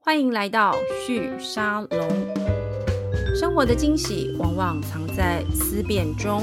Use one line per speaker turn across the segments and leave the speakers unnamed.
欢迎来到旭沙龙。生活的惊喜往往藏在思辨中。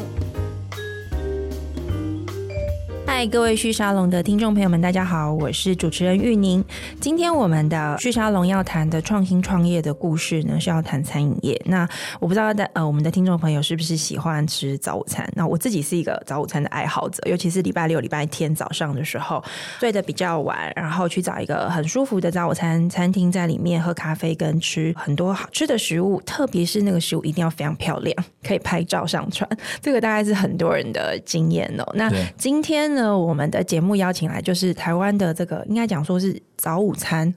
嗨，各位旭沙龙的听众朋友们，大家好，我是主持人玉宁。今天我们的旭沙龙要谈的创新创业的故事呢，是要谈餐饮业。那我不知道大呃，我们的听众朋友是不是喜欢吃早午餐？那我自己是一个早午餐的爱好者，尤其是礼拜六、礼拜天早上的时候，睡得比较晚，然后去找一个很舒服的早午餐餐厅，在里面喝咖啡跟吃很多好吃的食物，特别是那个食物一定要非常漂亮，可以拍照上传。这个大概是很多人的经验哦。那
对
今天呢，我们的节目邀请来就是台湾的这个应该讲说是早午餐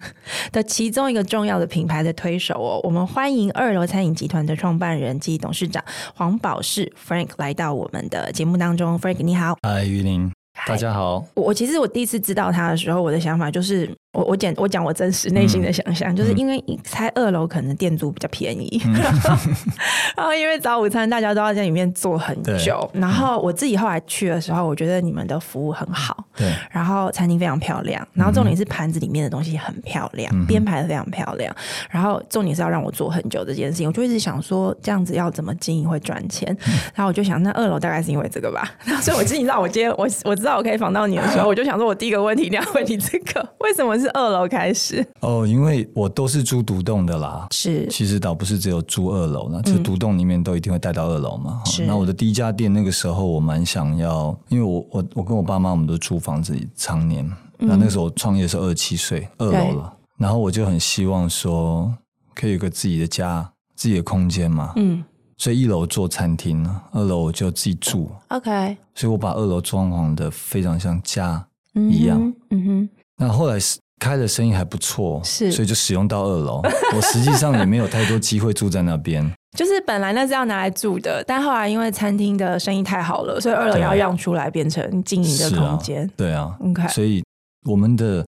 的其中一个重要的品牌的推手哦。我们欢迎二楼餐饮集团的创办人及董事长黄宝士 Frank 来到我们的节目当中。Frank 你好，
嗨，玉林，大家好。
我我其实我第一次知道他的时候，我的想法就是，我我讲我讲我真实内心的想象，就是因为一猜二楼可能店租比较便宜， 然后因为早午餐大家都要在里面坐很久，然后我自己后来去的时候，我觉得你们的服务很好，
对，
然后餐厅非常漂亮，然后重点
嗯
是盘子里面的东西很漂亮，编排的非常漂亮，然后重点是要让我做很久这件事情，我就一直想说这样子要怎么经营会赚钱，
嗯
然后我就想那二楼大概是因为这个吧， 然后所以我自己知道我今天我我知道我可以访到你的时候，我就想说我第一个问题一定要问你这个，为什么是二楼开始？
哦，因为我都是租独栋的啦。
是嗯
其实倒不是只有租二楼呢，其实独栋里面都一定会带到二楼嘛。
是
那我的第一家店那个时候我蛮想要，因为我我我跟我爸妈我们都租房子常年，
嗯
那、那个时候我创业的时候二十七岁，二楼了，然后我就很希望说可以有个自己的家、自己的空间嘛。
嗯
所以一楼做餐厅，二楼我就自己住，
，OK，
所以我把二楼装潢的非常像家。
嗯
一样
哼，嗯哼，
那后来是开的生意还不错，
是
所以就使用到二楼。 我实际上也没有太多机会住在那边，
就是本来那是要拿来住的，但后来因为餐厅的生意太好了，所以二楼
对啊
要让出来变成经营的
是啊
空间。
对啊。
OK
所以我们的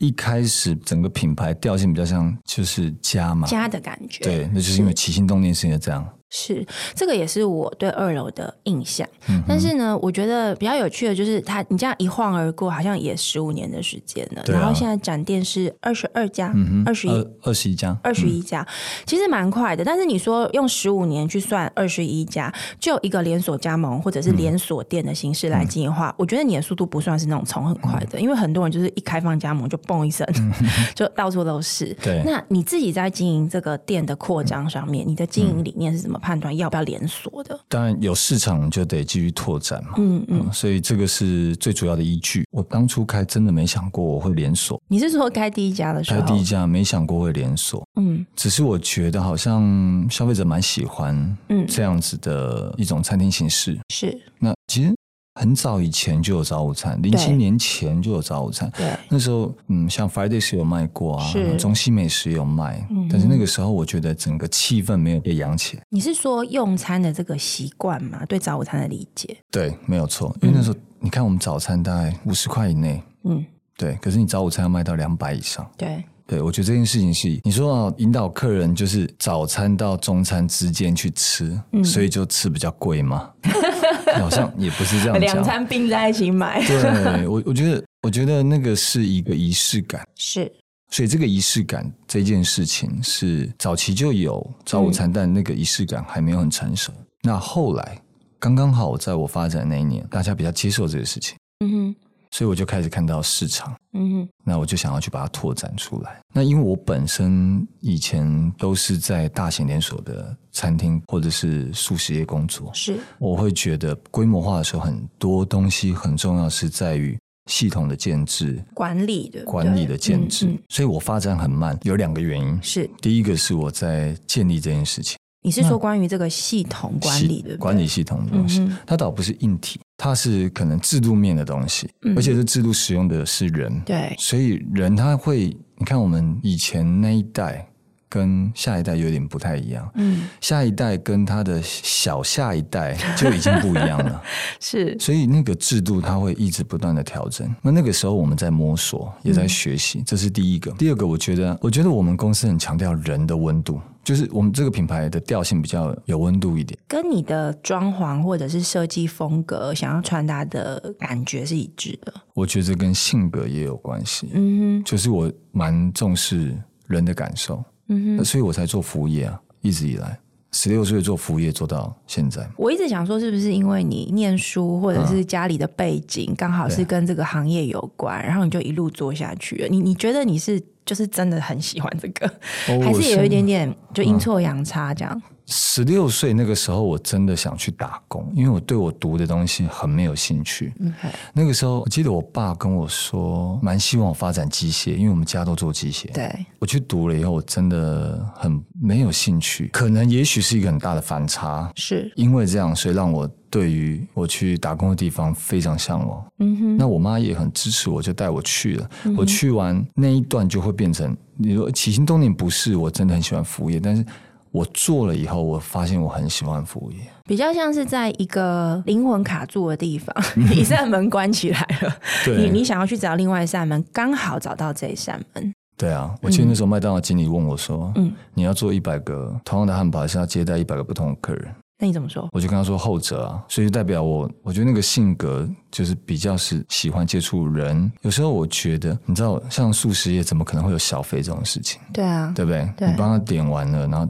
一开始整个品牌调性比较像就是家嘛，
家的感觉，
对，那就是因为起心动念是因为这样。
是这个也是我对二楼的印象。
嗯哼
但是呢，我觉得比较有趣的就是它，你这样一晃而过，好像也十五年的时间了。
对啊
然后现在展店是二十二家
嗯哼，，嗯
二十一
二十一家，
二十一家，其实蛮快的。但是你说用十五年去算二十一家，就一个连锁加盟或者
嗯
是连锁店的形式来经营的话，我觉得你的速度不算是那种冲很快
嗯
的，因为很多人就是一开放加盟就嘣一声， 就到处都是。
对
那你自己在经营这个店的扩张上面，你的经营理念是怎么判断要不要连锁的？
当然有市场就得继续拓展嘛。
嗯嗯，
嗯，所以这个是最主要的依据。我当初开真的没想过我会连锁，
你是啊说开第一家的时
开
候？
第一家没想过会连锁，
嗯
只是我觉得好像消费者蛮喜欢
嗯，
这样子的一种餐厅形式。
是
那其实很早以前就有早午餐，零七年前就有早午餐。
对，
那时候，嗯，像 Fridays 有卖过啊
是，
中西美食有卖，
嗯
但是那个时候我觉得整个气氛没有被扬起来。
你是说用餐的这个习惯吗？对早午餐的理解？
对，没有错，因为那时候、你看我们早餐大概五十块以内，
嗯，
对，可是你早午餐要卖到两百以上。
对，
对，我觉得这件事情是你说要引导客人，就是早餐到中餐之间去吃，
嗯
所以就吃比较贵嘛， 好像也不是这样
两
讲。
餐并在一起 买。
对我，我觉得，我觉得那个是一个仪式感，
是
所以这个仪式感这件事情是早期就有早午餐，但那个仪式感还没有很成熟。那后来刚刚好，在我发展那一年，大家比较接受这个事情，
嗯哼，
所以我就开始看到市场。
嗯哼，
那我就想要去把它拓展出来。那因为我本身以前都是在大型连锁的餐厅或者是素食业工作，
是
我会觉得规模化的时候，很多东西很重要，是在于系统的建制、
管理对不对
管理的建制。
嗯嗯
所以我发展很慢，有两个原因。
是，
第一个是我在建立这件事情，
你是说关于这个系统管理
系
对不对？
管理系统的东西，
嗯哼
它倒不是硬体，它是可能制度面的东西，
嗯
而且这制度使用的是人。
对，
所以人他会，你看我们以前那一代跟下一代有点不太一样，
嗯，
下一代跟他的小下一代就已经不一样了，
是
所以那个制度它会一直不断的调整。那那个时候我们在摸索，也
嗯
在学习，这是第一个。第二个，我觉得，我觉得我们公司很强调人的温度，就是我们这个品牌的调性比较有温度一点。
跟你的装潢或者是设计风格想要传达的感觉是一致的。
我觉得这跟性格也有关系，
嗯哼，
就是我蛮重视人的感受，
嗯
那
哼，
所以我才做服务业啊，一直以来，十六岁做服务业做到现在。
我一直想说，是不是因为你念书或者是家里的背景刚好是跟这个行业有关，然后你就一路做下去了？你你觉得你是就是真的很喜欢这个，
哦
还
我
是有一点点就阴错阳差这样？
十六岁那个时候，我真的想去打工，因为我对我读的东西很没有兴趣。
嗯，OK，
那个时候，我记得我爸跟我说，蛮希望我发展机械，因为我们家都做机械。
对，
我去读了以后，我真的很没有兴趣，可能也许是一个很大的反差。
是，
因为这样，所以让我对于我去打工的地方非常向往。
嗯哼，嗯
那我妈也很支持我，就带我去了。我去完那一段就会变成，你说起心动念不是我真的很喜欢服务业，但是我做了以后，我发现我很喜欢服务业。
比较像是在一个灵魂卡住的地 方，一扇门关起来了，你你想要去找另外一扇门，刚好找到这一扇门，
对啊，我记得那时候麦当劳经理问我说：“
嗯
你要做一百个同样的汉堡，还是要接待一百个不同的客人
那你怎么说？”？
我就跟他说后者啊，所以就代表我，我觉得那个性格就是比较是喜欢接触人。有时候我觉得，你知道，像素食业怎么可能会有小费这种事情，
对啊，
对不对？
对
你帮他点完了，然后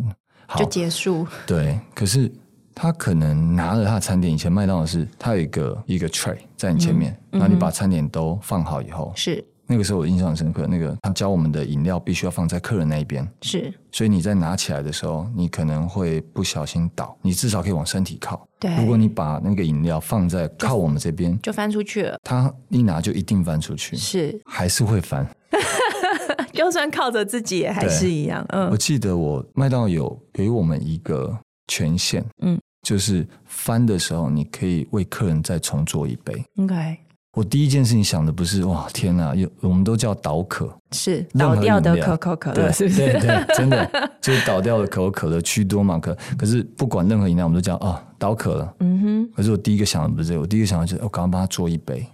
好
就结束，
对，可是他可能拿了他的餐点，以前麦当劳是他有一个一个 tray 在你前面，
嗯
然后你把餐点都放好以后，
是
那个时候我印象很深刻，那个他教我们的饮料必须要放在客人那一边，
是，
所以你在拿起来的时候，你可能会不小心倒，你至少可以往身体靠。
对，
如果你把那个饮料放在靠我们这边，
就翻出去了，
他一拿就一定翻出去，
是，
还是会翻。
就算靠着自己也还
对
是一样，嗯
我记得我麦当劳有给我们一个权限，
嗯
嗯，就是翻的时候，你可以为客人再重做一杯。
，OK，
我第一件事情想的不是哇天哪，有我们都叫倒可，
是
任
倒
何
掉的
饮料
可口可乐
对
是不
对
是？
对，真的就是倒掉的可口可乐居多嘛。可可是不管任何饮料，我们都叫啊倒可了。
嗯
可是我第一个想的不是这个，我第一个想的就是我刚刚帮他做一杯，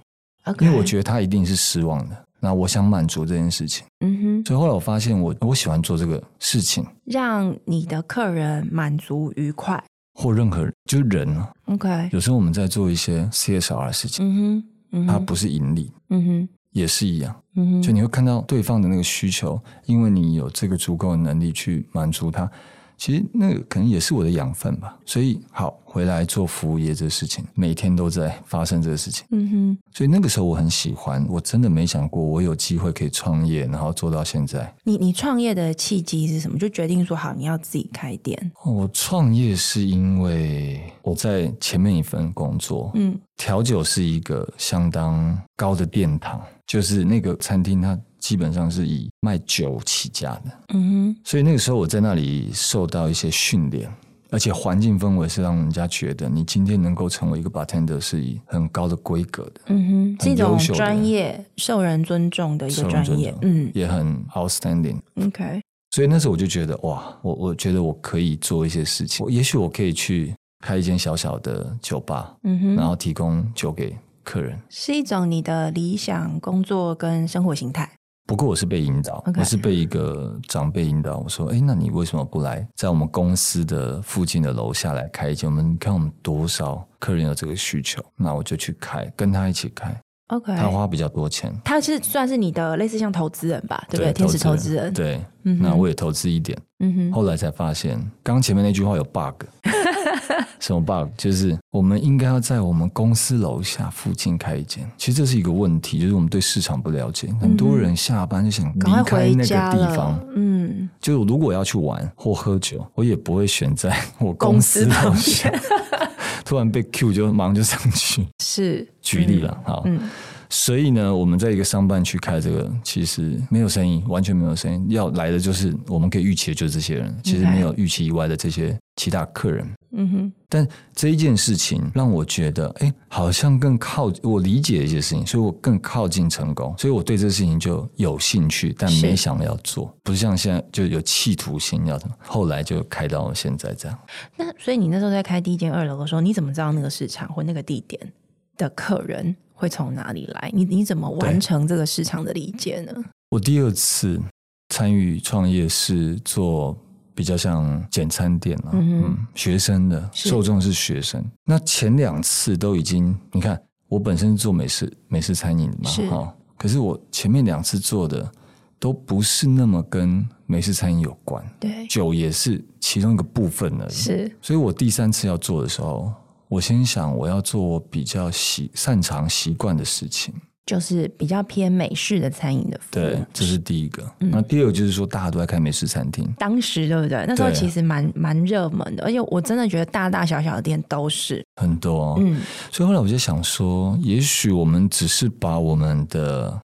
哼，OK，
因为我觉得他一定是失望的。那我想满足这件事情，
嗯哼，
所以后来我发现我我喜欢做这个事情
让你的客人满足愉快
或任何人就是人啊，
，OK，
有时候我们在做一些 CSR 的事情，
嗯哼，嗯
它
哼，
啊不是盈利，
嗯哼，
也是一样。
嗯哼，
就你会看到对方的那个需求，因为你有这个足够的能力去满足他。其实那个可能也是我的养分吧。所以好，回来做服务业这事情，每天都在发生这个事情。
嗯哼，
所以那个时候我很喜欢，我真的没想过我有机会可以创业，然后做到现在。
你你创业的契机是什么？就决定说好你要自己开店。
我创业是因为我在前面一份工作，
嗯
调酒是一个相当高的殿堂，就是那个餐厅它基本上是以卖酒起家的，
嗯
所以那个时候我在那里受到一些训练，而且环境氛围是让人家觉得你今天能够成为一个 bartender 是以很高的规格的，
哼，嗯哼，是一
很
种
优秀的
专业、受人尊重的一个
受人
专
尊
业
重。
嗯
也很 outstanding。
，OK，
所以那时候我就觉得哇，我我觉得我可以做一些事情，我也许我可以去开一间小小的酒吧，
嗯哼，
然后提供酒给客人。
是一种你的理想工作跟生活形态。
不过我是被引导
OK
我是被一个长辈引导。我说：“哎，那你为什么不来在我们公司的附近的楼下来开一间？我们你看我们多少客人有这个需求，那我就去开，跟他一起开。
OK，
他花比较多钱，
他是算是你的类似像投资人吧，对不对？天使投资人，
对，
嗯哼
那我也投资一点。
嗯哼，
后来才发现，刚前面那句话 有 bug，什么 bug？就是我们应该要在我们公司楼下附近开一间。其实这是一个问题，就是我们对市场不了解，很多人下班就想
嗯赶
离
快
开
回
那
家
个地方
了。。嗯，
就如果要去玩或喝酒，我也不会选在 我公司楼
公司
下。突然被 Q 就马上就上去，
是
举例了，好，
嗯
所以呢，我们在一个商办去开这个，其实没有生意，完全没有生意。要来的就是我们可以预期的就是这些人，其实没有预期以外的这些其他客人。
嗯哼，
但这一件事情让我觉得，哎，好像更靠我理解一些事情，所以我更靠近成功，所以我对这事情就有兴趣，但
是
没想要做，不是像现在就有企图心要什么，后来就开到现在这样。
那所以你那时候在开第一间二楼的时候，你怎么知道那个市场或那个地点的客人会从哪里来？你你怎么完
对
成这个市场的理解呢？
我第二次参与创业是做比较像简餐店啊，
嗯
嗯
哼
学生的
是
受众是学生。那前两次都已经，你看我本身是做美食美食餐饮的嘛
是，
哦可是我前面两次做的都不是那么跟美式餐饮有关，
对，
酒也是其中一个部分而已。
是
所以我第三次要做的时候，我先想我要做我比较习擅长习惯的事情，
就是比较偏美式的餐饮的服务。
对，这是第一个。
嗯
那第二个就是说，大家都在开美食餐厅，
当时对不对？那时候
对
其实蛮蛮热门的，而且我真的觉得大大小小的店都是，
很多、哦，
嗯，
所以后来我就想说，也许我们只是把我们的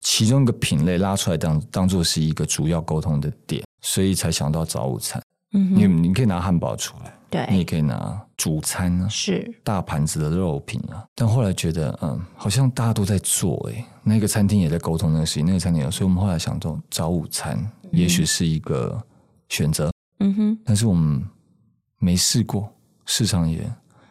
其中一个品类拉出来当当做是一个主要沟通的点，所以才想到早午餐。
嗯
你
哼，
你可以拿汉堡出来，你
对，
也可以拿主餐啊，
是
大盘子的肉品啊。但后来觉得，嗯，好像大家都在做、欸，那个餐厅也在沟通那个事情，那个餐厅有，所以我们后来想说，早午餐也许是一个选择，
嗯哼，
但是我们没试过，市场也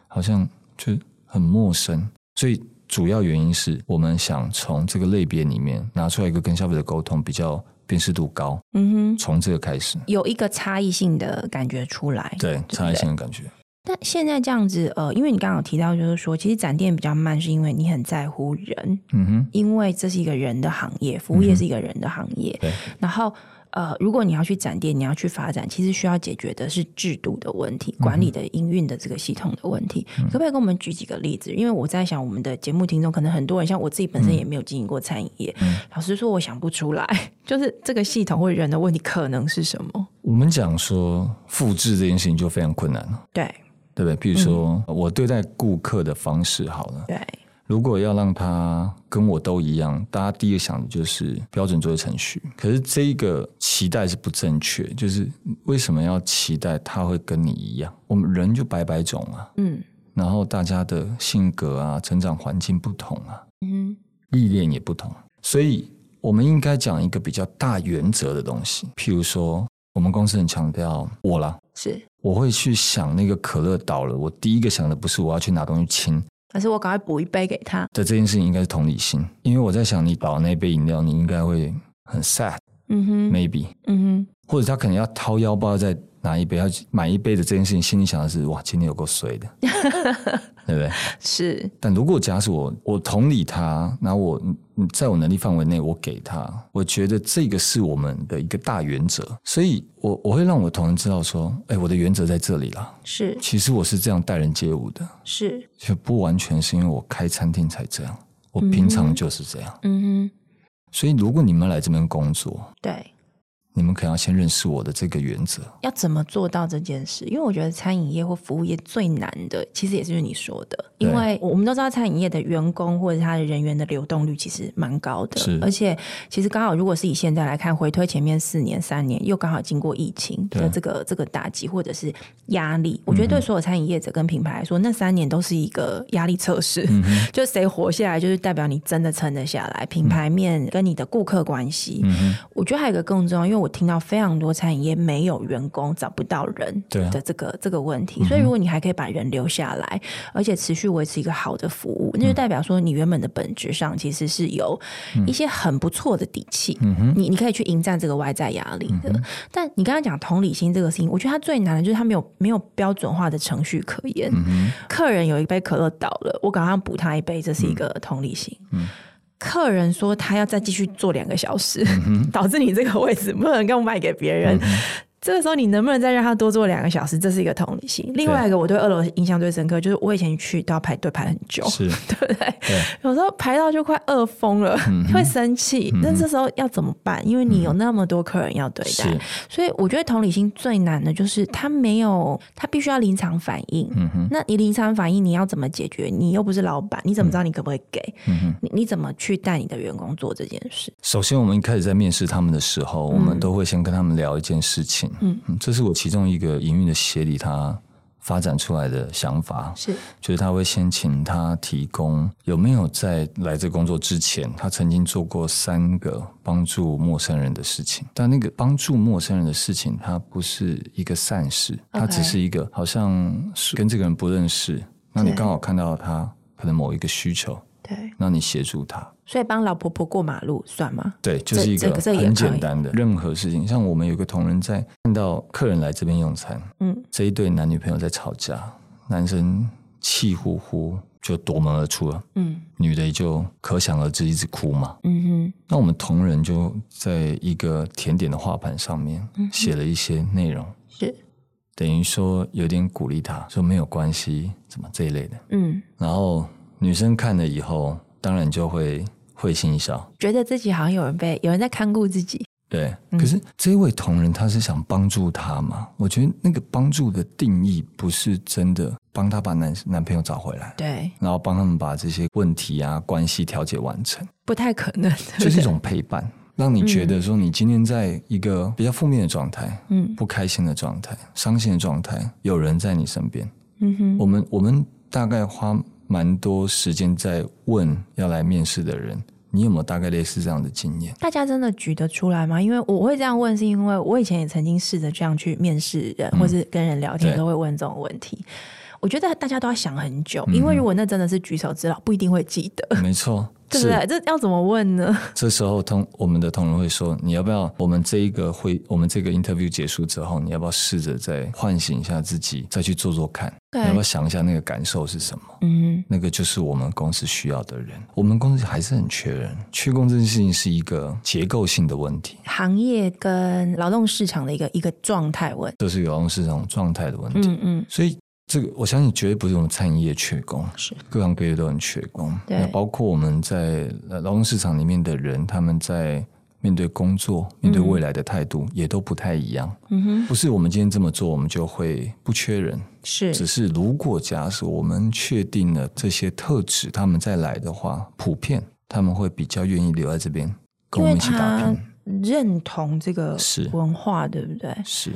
好像就很陌生，所以主要原因是我们想从这个类别里面拿出来一个跟消费者沟通比较辨识度高，
嗯哼，
从这个开始，
有一个差异性的感觉出来。
对
不
差异性的感觉。
但现在这样子，呃，因为你刚刚有提到，就是说，其实展店比较慢，是因为你很在乎人，
嗯哼，
因为这是一个人的行业，服务业是一个人的行业。
对
然后，呃，如果你要去展店，你要去发展，其实需要解决的是制度的问题、管理的营运的这个系统的问题。可不可以跟我们举几个例子？因为我在想，我们的节目听众可能很多人，像我自己本身也没有经营过餐饮业，老实说，我想不出来， 就是这个系统或者人的问题可能是什么？
我们讲说复制这件事情就非常困难了。
对
对不对？比如说，我对待顾客的方式好了，
对，
如果要让他跟我都一样，大家第一个想的就是标准作业程序。可是这一个期待是不正确，就是为什么要期待他会跟你一样？我们人就百百种啊，
嗯
然后大家的性格啊、成长环境不同啊，
嗯
历练也不同，所以我们应该讲一个比较大原则的东西。譬如说，我们公司很强调我啦，
哼，是。
我会去想那个可乐倒了，我第一个想的不是我要去拿东西清，
但是我赶快补一杯给他。
的这件事情应该是同理心，因为我在想，你倒那杯饮料，你应该会很 sad，maybe，、
嗯哼，嗯
或者他可能要掏腰包再拿一杯，要买一杯的这件事情，心里想的是哇，今天有够衰的，对不对？
哼，是，
但如果假使我我同理他，那我嗯在我能力范围内我给他，我觉得这个是我们的一个大原则，所以我我会让我同仁知道说，哎，我的原则在这里啦。
是，
其实我是这样待人接物的，
是，
就不完全是因为我开餐厅才这样，我平常就是这样。
嗯
所以，如果你们来这边工作
哼，，对。
你们可能要先认识我的这个原则。
要怎么做到这件事？因为我觉得餐饮业或服务业最难的，其实也是你说的，
对
因为我们都知道餐饮业的员工或者他的人员的流动率其实蛮高
是
的，而且其实刚好如果是以现在来看，回推前面四年、三年，又刚好经过疫情的
对
这个这个打击或者是压力，我觉得对所有餐饮业者跟品牌来说，那三年都是一个压力测试， 就谁活下来，就是代表你真的撑得下来，品牌面跟你的顾客关系，我觉得还有一个更重要，因为我听到非常多餐饮业没有员工找不到人
对啊嗯
的这个、这个问题，所以如果你还可以把人留下来，而且持续维持一个好的服务，那就
嗯
代表说你原本的本质上其实是有一些很不错的底气，
嗯
你你可以去迎战这个外在压力的。但你刚才讲同理心这个事情，我觉得它最难的就是它没有没有标准化的程序可言。
嗯
客人有一杯可乐倒了，我赶快补他一杯，这是一
嗯
个同理心。客人说他要再继续坐两个小时，
嗯
导致你这个位置不能够卖给别人。这个时候，你能不能再让他多坐两个小时？这是一个同理心。另外一个，我对二楼印象最深刻，就是我以前去都要排队排很久，
是，
哦对不对？
对
有时候排到就快饿疯了，
嗯
会生气。但这时候要怎么办？因为你有那么多客人要对待，
是，
所以我觉得同理心最难的就是他没有，他必须要临场反应。
嗯
那你临场反应你要怎么解决？你又不是老板，你怎么知道你可不可以给？
嗯
你你怎么去带你的员工做这件事？
首先，我们一开始在面试他们的时候，我们都会先跟他们聊一件事情。嗯，这是我其中一个营运的协理他发展出来的想法，
是
就是他会先请他提供有没有在来这工作之前，他曾经做过三个帮助陌生人的事情。但那个帮助陌生人的事情，它不是一个善事，它
OK
只是一个好像是跟这个人不认识，那你
对
刚好看到他可能某一个需求，
对，
那你协助他。
所以帮老婆婆过马路算吗？
对，就是一
这
个
这也
很
可
简
以
单的任何事情。像我们有个同仁在看到客人来这边用餐，
嗯
这一对男女朋友在吵架，男生气呼呼，就夺门而出了。
嗯
女的也就可想而知，一直哭嘛。
嗯
那我们同仁就在一个甜点的画板上面写了一些内容，
哼，是，
等于说有点鼓励她，说没有关系，怎么这一类的。
嗯，
然后女生看了以后，当然就会会心一笑。
觉得自己好像有人被有人在看顾自己，
对，可是这位同仁他是想帮助她嘛？我觉得那个帮助的定义不是真的帮她把男男朋友找回来，
对，
然后帮他们把这些问题啊、关系调解完成，
不太可能， 对不对
就是一种陪伴，让你觉得说你今天在一个比较负面的状态、
嗯
不开心的状态、伤心的状态，有人在你身边。
嗯哼，
我们我们大概花蛮多时间在问要来面试的人，你有没有大概类似这样的经 验？
大家真的举得出来吗？因为我会这样问，是因为我以前也曾经试着这样去面试人，或是跟人聊天，
嗯对
都会问这种问题。我觉得大家都要想很久，因为如果那真的是举手之劳，不一定会记得，
没错，
对不对？这要怎么问呢？
这时候同我们的同仁会说，你要不要我们这一个会，我们这个 interview 结束之后，你要不要试着再唤醒一下自己，再去做做看？
对
你要不要想一下那个感受是什么？
嗯
那个就是我们公司需要的人。我们公司还是很缺人，缺工这件事情是一个结构性的问题，
哼，行业跟劳动市场的一个一个状态问，
这是劳动市场状态的问题。
嗯嗯，
所以这个我相信绝对不是我们餐饮业缺工，
是
各行各业都很缺工。
对
那包括我们在呃劳动市场里面的人，他们在面对工作、面对未来的态度、也都不太一样。
嗯哼，
不是我们今天这么做，我们就会不缺人。
是
只是如果假使我们确定了这些特质，他们再来的话，普遍他们会比较愿意留在这边
因
跟我
为
们一起打
他
拼。
认同这个
是
文化，对不对？
是，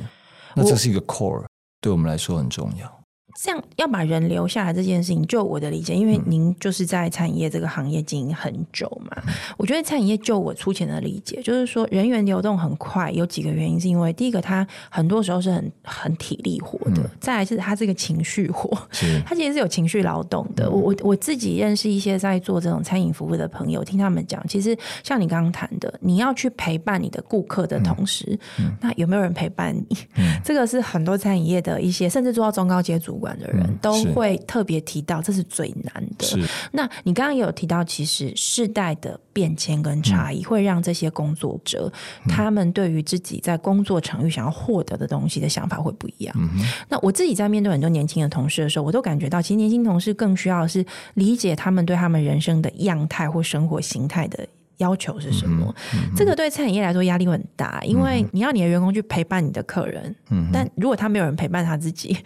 那这是一个 core，对我们来说很重要。
这样要把人留下来这件事情，就我的理解，因为您就是在餐饮业这个行业经营很久嘛，我觉得餐饮业就我粗浅的理解，就是说人员流动很快，有几个原因，是因为第一个，它很多时候是很很体力活的，
嗯
再来是它是个情绪活，
是，
它其实是有情绪劳动的。我我我自己认识一些在做这种餐饮服务的朋友，听他们讲，其实像你刚刚谈的，你要去陪伴你的顾客的同时，
嗯
那有没有人陪伴你？这个是很多餐饮业的一些，甚至做到中高阶主管的人、
嗯
都
是
会特别提到，这是最难的。
是，
那你刚刚也有提到，其实世代的变迁跟差
嗯
异会让这些工作者、他们对于自己在工作场域想要获得的东西的想法会不一
嗯
样。那我自己在面对很多年轻的同事的时候，我都感觉到，其实年轻同事更需要的是理解他们对他们人生的样态或生活形态的。要求是什么？
嗯
这个对餐饮业来说压力会很大，因为你要你的员工去陪伴你的客人，
嗯哼，嗯
但如果他没有人陪伴他自己，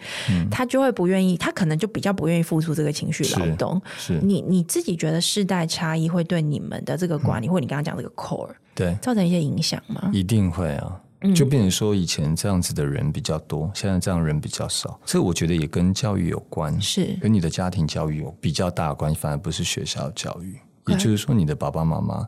他就会不愿意，他可能就比较不愿意付出这个情绪劳
是
动。
是，
你你自己觉得世代差异会对你们的这个
嗯
管理，或你刚刚讲这个 core
对，
造成一些影响吗？
一定会啊。
嗯
就变成说，以前这样子的人比较多，现在这样人比较少。这我觉得也跟教育有关，
是，
跟你的家庭教育有比较大的关系，反而不是学校的教育。也就是说，你的爸爸妈妈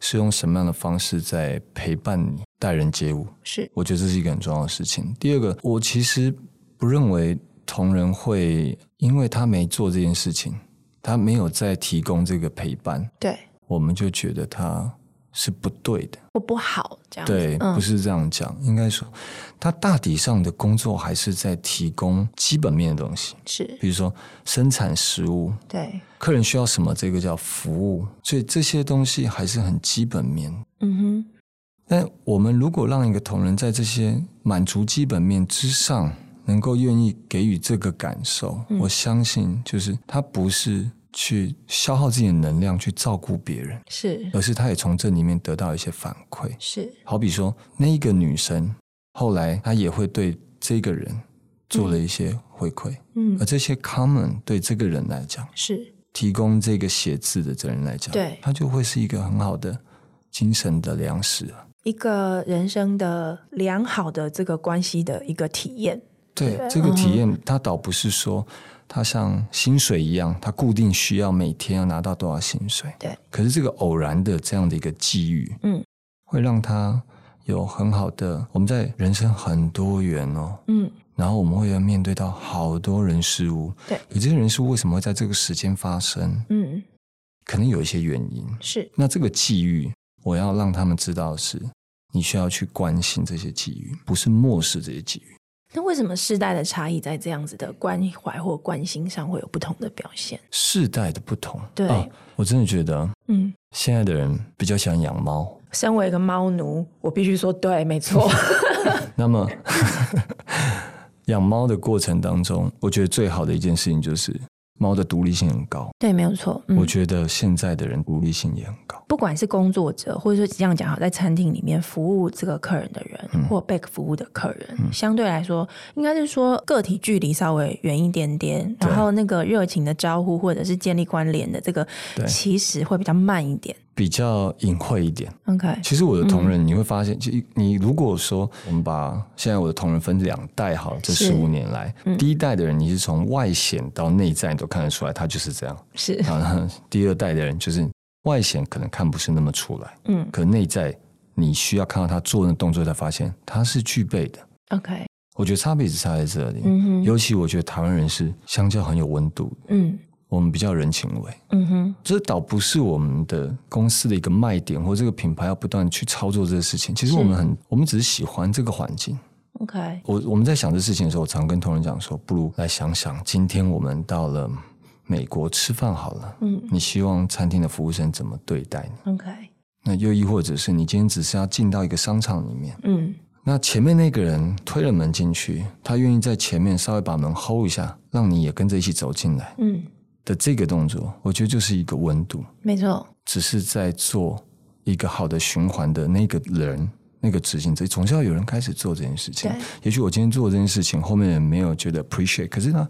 是用什么样的方式在陪伴你待人接物？
是，
我觉得这是一个很重要的事情。第二个，我其实不认为同仁会，因为他没做这件事情，他没有在提供这个陪伴，
对，
我们就觉得他是不对的。
或不好这样子。
对，
嗯
不是这样讲，应该说，他大体上的工作还是在提供基本面的东西，
是，
比如说生产食物，
对，
客人需要什么，这个叫服务，所以这些东西还是很基本面。
嗯哼，
但我们如果让一个同仁在这些满足基本面之上，能够愿意给予这个感受，
嗯
我相信就是他不是去消耗自己的能量去照顾别人，
是
而是他也从这里面得到一些反馈。
是，
好比说，那一个女生后来她也会对这个人做了一些回馈，
嗯
而这些 common 对这个人来讲，
是，
提供这个写字的这个人来讲，
对
他就会是一个很好的精神的粮食啊。
一个人生的良好的这个关系的一个体验。
对这个体验，它倒不是说它像薪水一样，它固定需要每天要拿到多少薪水。
对，
可是这个偶然的这样的一个机遇，
嗯，
会让他有很好的。我们在人生很多元哦，
嗯，
然后我们会要面对到好多人事物。
对，
可这些人事物为什么会在这个时间发生？
嗯，
可能有一些原因。
是
那这个际遇，我要让他们知道的是，你需要去关心这些际遇，不是漠视这些际遇。
那为什么世代的差异在这样子的关怀或关心上会有不同的表现？
世代的不同，
对
啊，我真的觉得
嗯，
现在的人比较喜欢养猫。
身为一个猫奴，我必须说对，没错，
那么 养猫的过程当中，我觉得最好的一件事情就是猫的独立性很高。
对，没有错。
我
嗯，
觉得现在的人独立性也很高。
不管是工作者，或者说这样讲好，在餐厅里面服务这个客人的人，
嗯
或被服务的客人，相对来说，应该是说个体距离稍微远一点点，
对
然后那个热情的招呼或者是建立关联的这个，
对
其实会比较慢一点。
比较隐晦一
嗯
点。
OK，
其实我的同仁，你会发现，就一你如果说我们把现在我的同仁分两代好了，这
是嗯
十五年来，第一代的人你是从外显到内在你都看得出来，他就是这样。
是，
然后 第二代的人就是外显可能看不是那么出来，
嗯
可内在你需要看到他做那动作才发现他是具备的。
，OK，
我觉得差别是差在这里，
嗯哼，
尤其我觉得台湾人是相较很有温度的，
嗯
我们比较人情味。
嗯哼，
这倒不是我们的公司的一个卖点，或这个品牌要不断去操作这个事情。其实
是
我们很，我们只是喜欢这个环境。
OK，
我我们在想这事情的时候，我常跟同仁讲说，不如来想想，今天我们到了美国吃饭好了，
嗯
你希望餐厅的服务生怎么对待你？
，OK，
那又亦或者是你今天只是要进到一个商场里面，
嗯
那前面那个人推了门进去，他愿意在前面稍微把门 hold 一下，让你也跟着一起走进来
嗯，
的这个动作，我觉得就是一个温度。
没错，
只是在做一个好的循环的那个人，那个执行者，总是要有人开始做这件事情
对。
也许我今天做这件事情，后面人没有觉得 appreciate，可是他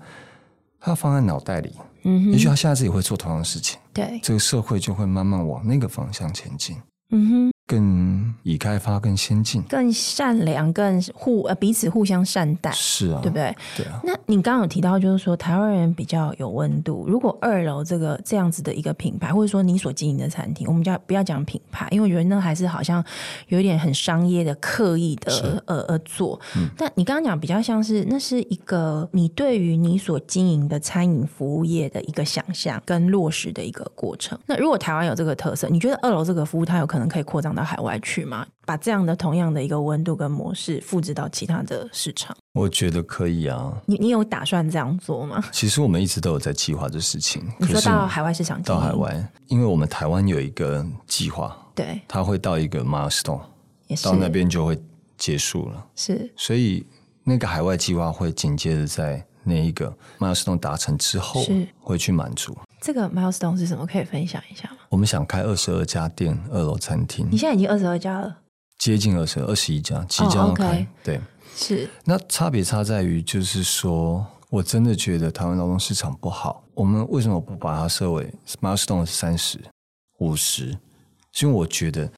他放在脑袋里，
嗯
也
哼，
许他下次也会做同样的事情，
对，
这个社会就会慢慢往那个方向前进，
嗯哼，
更已开发、更先进。
更善良，更互呃彼此互相善待，
是啊，
对不对？
对啊，
那你刚刚有提到，就是说台湾人比较有温度。如果二楼这个这样子的一个品牌，或者说你所经营的餐厅，我们叫不要讲品牌，因为我觉得那还是好像有一点很商业的刻意的呃呃做。但你刚刚讲比较像是那是一个你对于你所经营的餐饮服务业的一个想象跟落实的一个过程。那如果台湾有这个特色，你觉得二楼这个服务它有可能可以扩张到海外去吗？把这样的同样的一个温度跟模式复制到其他的市场？
我觉得可以啊。
你你有打算这样做吗？
其实我们一直都有在计划这事情，
你
可
说
是
到海外市场，
到海，外，因为我们台湾有一个计划，
对，
它会到一个 milestone，
也是
到那边就会结束了。
是
所以那个海外计划会紧接着在那一个 milestone 达成之后
是
会去满足。
这个 milestone 是什么？可以分享一下吗？
我们想开二十二家店，二楼餐厅
你现在已经二十二家了，
接近二十二十一家，即将要开。
OK
对，
是
那差别差在于就是说。我真的觉得台湾劳动市场不好，我们为什么不把它设为 milestone 是三十、五十？是因为我觉得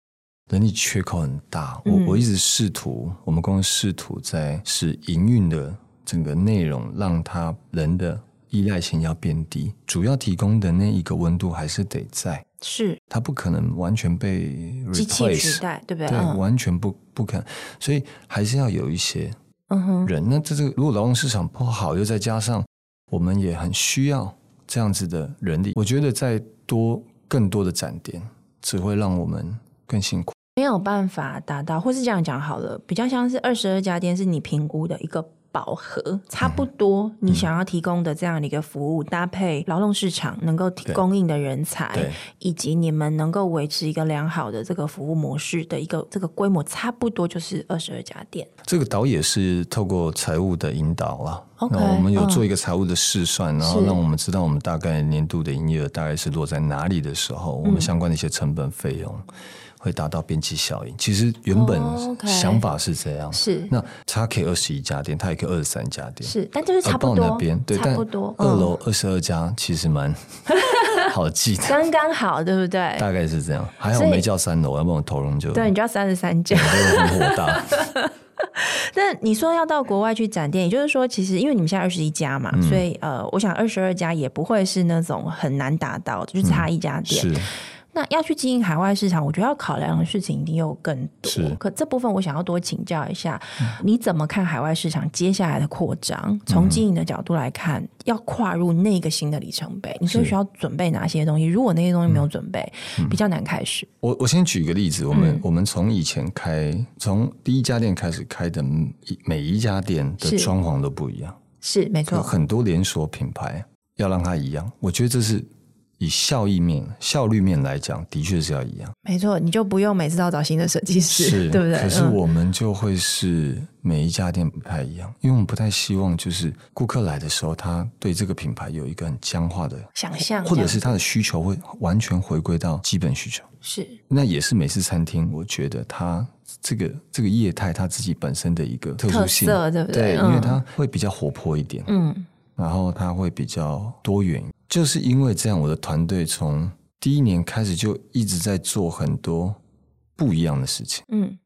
人力缺口很大，我、
嗯
我一直试图，我们公司试图在使营运的整个内容，让它人的依赖性要变低，主要提供的那一个温度还是得在，
是
它不可能完全被
机器取
replace，
代，对不对？
对，
嗯
完全不不可能，所以还是要有一些
嗯哼，
人。那这这个如果劳动市场不好，又再加上我们也很需要这样子的人力，我觉得再多更多的展点，只会让我们更辛苦。
没有办法达到，或是这样讲好了，比较像是二十二家店是你评估的一个。饱和差不
嗯
多，你想要提供的这样的一个服务，搭配劳动市场能够提
对
供应的人才，
对
以及你们能够维持一个良好的这个服务模式的一个这个规模，差不多就是二十二家店。
这个导也是透过财务的引导啦。
OK，嗯
那我们有做一个财务的试算，然后
是
让我们知道我们大概年度的营业额大概是落在哪里的时候，我
嗯
们相关的一些成本费用会达到边际效应。其实原本
哦，OK
想法是这样，
是
那它可以二十一家店，它也可以二十三家店，
是，但就是差
呃
不
报
多，
那边对，
差
但
不多，
二楼
嗯、
二十二家其 实蛮好记的，
刚刚好，对不对？
大概是这样。还好
所以
没叫三楼，要不然我头龙就
对，你就要三十三 家。
我就很 火大。
但你说要到国外去展店，也就是说，其实因为你们现在二十一家嘛，
嗯
所
嗯
以呃，我想二十二家也不会是那种很难达到的，就差一家店。
是，
那要去经营海外市场，我觉得要考量的事情一定有更多
是。嗯
可这部分我想要多请教一下，你怎么看海外市场接下来的扩张？从经营的角度来看，要跨入那个新的里程碑，你最
是
需要准备哪些东西？如果那些东西没有准备，
嗯
比较难开始。
我我先举一个例子，我们、
嗯
我们从以前开，从第一家店开始开的，每一家店的
是
装潢都不一样。
是没
有
错，
很多连锁品牌要让它一样，我觉得这是以效益面、效率面来讲，的确是要一样。
没错，你就不用每次都要找新的设计师，对不对？
可是
嗯
我们就会是每一家店不太一样，因为我们不太希望就是顾客来的时候，他对这个品牌有一个很僵化的，
想象
或
这
者
样
是他的需求会完全回归到基本需求。
是
那也是美式餐厅，我觉得它这个这个业态它自己本身的一个特殊性，
特色对不对嗯
因为它会比较活泼一点，
嗯
然后它会比较多元。就是因为这样，我的团队从第一年开始就一直在做很多不一样的事情。
嗯，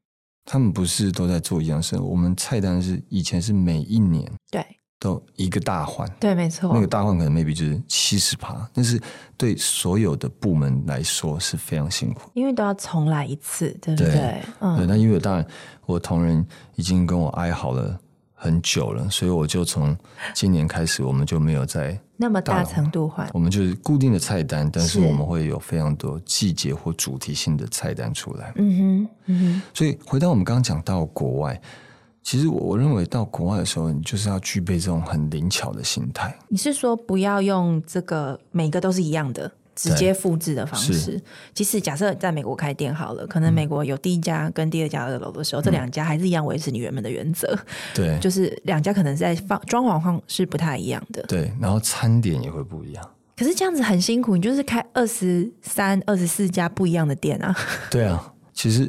他们不是都在做一样的事，我们菜单是以前是每一年
对
都一个大换，
对，没错，
那个大换可能 maybe 就是七十趴，但是对所有的部门来说是非常辛苦。
因为都要重来一次，对不
对对，
嗯，
那因为当然，我同仁已经跟我哀嚎了很久了，所以我就从今年开始，我们就没有在，
那么大程度换，
我们就是固定的菜单，但是
是
我们会有非常多季节或主题性的菜单出来。
嗯哼，嗯哼，
所以回到我们刚刚讲到国外，其实我我认为到国外的时候，你就是要具备这种很灵巧的心态。
你是说不要用这个每个都是一样的？直接复制的方式
是，
即使假设在美国开店好了，可能美国有第一家跟第二家二楼的时候，这两家还是一样维持你原本的原则，
嗯对
就是两家可能在放装潢上是不太一样的。
对，然后餐点也会不一样。
可是这样子很辛苦，你就是开二十三、二十四家不一样的店啊。
对啊，其实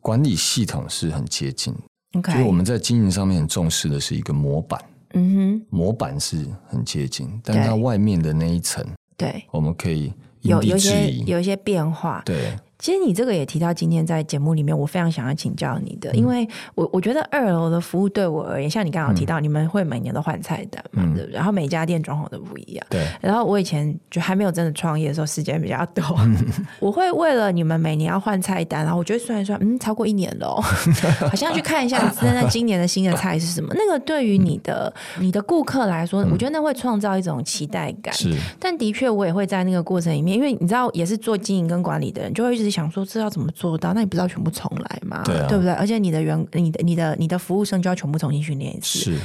管理系统是很接近的，
OK，
所以我们在经营上面很重视的是一个模板。
嗯哼，
模板是很接近，但
对
它外面的那一层，
对，
我们可以因
有有
地
一
制
些
宜。
有一些变化。
对，
其实你这个也提到，今天在节目里面，我非常想要请教你的，因为我我觉得二楼的服务对我而言，像你刚刚有提到，你们会每年都换菜单嘛，对不对？然后每家店装潢都不一样。
对，
然后我以前就还没有真的创业的时候，时间比较多， 我会为了你们每年要换菜单，然后我就会算一算，嗯，超过一年了哦，好像要去看一下，那那今年的新的菜是什么？那个对于你的、你的顾客来说，我觉得那会创造一种期待感。
是
但的确，我也会在那个过程里面，因为你知道，也是做经营跟管理的人，就会一直想说这要怎么做到？那你不是要全部重来吗？
对啊
不对？而且你的员、你的、你的、你的服务生就要全部重新训练一次。
是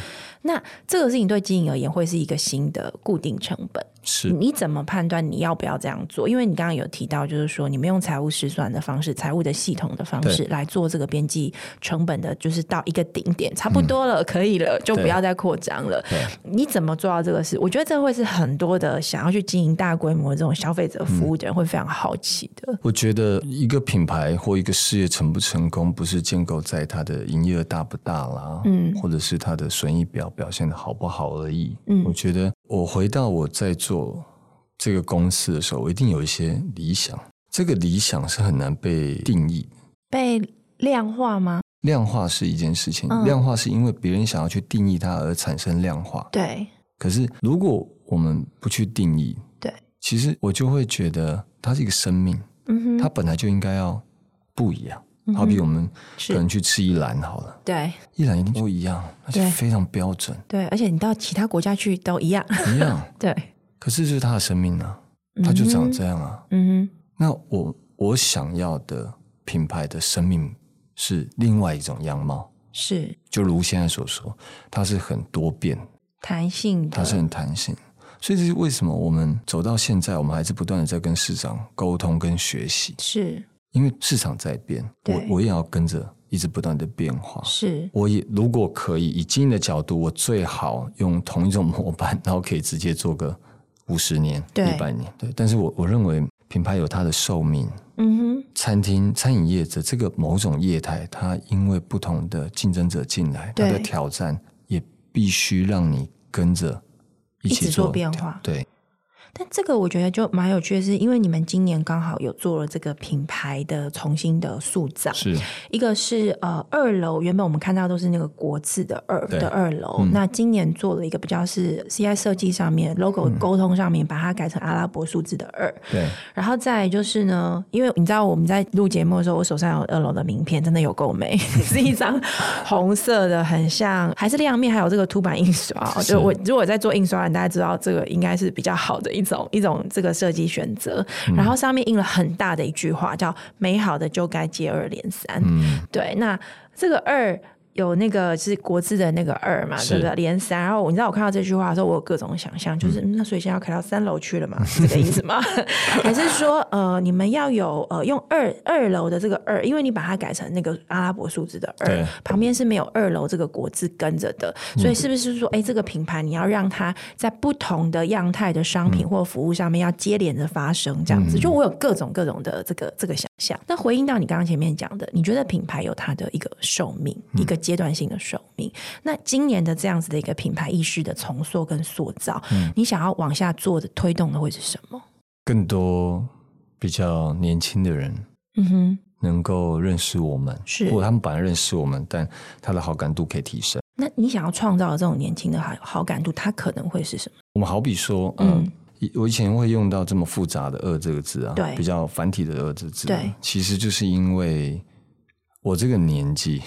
那这个事情对经营而言，会是一个新的固定成本。
是，
你怎么判断你要不要这样做？因为你刚刚有提到，就是说你们用财务试算的方式、财务的系统的方式
对
来做这个边际成本的，就是到一个顶点，差不多了，可以了，就不
对
要再扩张了。
对
你怎么做到这个事？我觉得这会是很多的想要去经营大规模这种消费者服务的人会非常好奇的。
我觉得一个品牌或一个事业成不成功，不是建构在它的营业额大不大啦，嗯，或者是它的损益表表现的好不好而已。嗯，我觉得我回到我在做这个公司的时候，我一定有一些理想，这个理想是很难被定义的
被量化吗？
量化是一件事情，
嗯
量化是因为别人想要去定义它而产生量化。
对，
可是如果我们不去定义，
对，
其实我就会觉得它是一个生命，
嗯
它
哼，
本来就应该要不一样。好比我们
是
可能去吃一兰好了，
对
一兰一定不一样，而且
对
非常标准
对，而且你到其他国家去都一样。
一样。
对，
可是就是它的生命啊，它就长这样啊。
嗯
那我我想要的品牌的生命是另外一种样貌，
哼，是
就如现在所说，它是很多变，
弹性的，
它是很弹性。所以这是为什么我们走到现在，我们还是不断的在跟市场沟通跟学习，
是
因为市场在变，
对
我我也要跟着一直不断的变化。
是
我也如果可以，以经营的角度，我最好用同一种模板，然后可以直接做个五十年、
对
一百年。对，但是我我认为品牌有它的寿命，
嗯哼，
餐厅、餐饮业者这个某种业态，它因为不同的竞争者进来，它
对
的挑战也必须让你跟着一
一
起
直
做
做变化
对，
但这个我觉得就蛮有趣的是，因为你们今年刚好有做了这个品牌的重新的塑造，
是
一个是呃二楼，原本我们看到都是那个国字的二
对
的二楼，
嗯
那今年做了一个比较是 CI 设计上面 logo
嗯
沟通上面，把它改成阿拉伯数字的二。
对，
然后再来就是呢，因为你知道我们在录节目的时候，我手上有二楼的名片，真的有够美， 是一张红色的，很像还是亮面，还有这个凸版印刷哦。
是
就我如果在做印刷人，大家知道这个应该是比较好的一种
嗯
一种这个设计选择。然后上面印了很大的一句话，叫“美好的就该接二连三”
嗯，
对，那这个二有那个是国字的那个二嘛，
是
对不对？连三，然后我你知道我看到这句话的时候，我有各种想象，就是、嗯那所以现在要开到三楼去了嘛，是这个意思吗？ 还是说呃，你们要有呃用二二楼的这个二，因为你把它改成那个阿拉伯数字的
对嗯
二，旁边是没有二楼这个国字跟着的，所以是不是说，哎、这个品牌你要让它在不同的样态的商
嗯
品或服务上面要接连的发生，这样子？就我有各种各种的这个这个想象。那回应到你刚刚前面讲的，你觉得品牌有它的一个寿命，
嗯
一个阶段性的寿命。那今年的这样子的一个品牌意识的重塑跟塑造，
嗯
你想要往下做的推动的会是什么？
更多比较年轻的人
嗯哼，
能够认识我们，
是
或者他们本来认识我们，但他的好感度可以提升。
那你想要创造的这种年轻的好好感度，它可能会是什么？
我们好比说，嗯
嗯，
以我以前会用到这么复杂的“二”这个字啊，
对
比较繁体的“二”这个字，啊
对，
其实就是因为我这个年纪，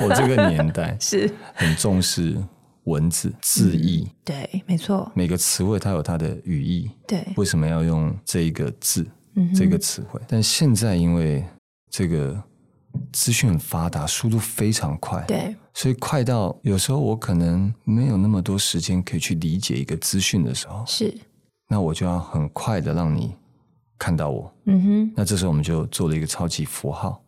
我这个年 代
是
很重视文字
嗯
字义，
对，没错，
每个词汇它有它的语义，
对，
为什么要用这一个字、
嗯哼
这个词汇？但现在因为这个资讯很发达，速度非常快，
对。
所以快到有时候我可能没有那么多时间可以去理解一个资讯的时候，
是，
那我就要很快的让你看到我。
嗯哼，
那这时候我们就做了一个超级符号，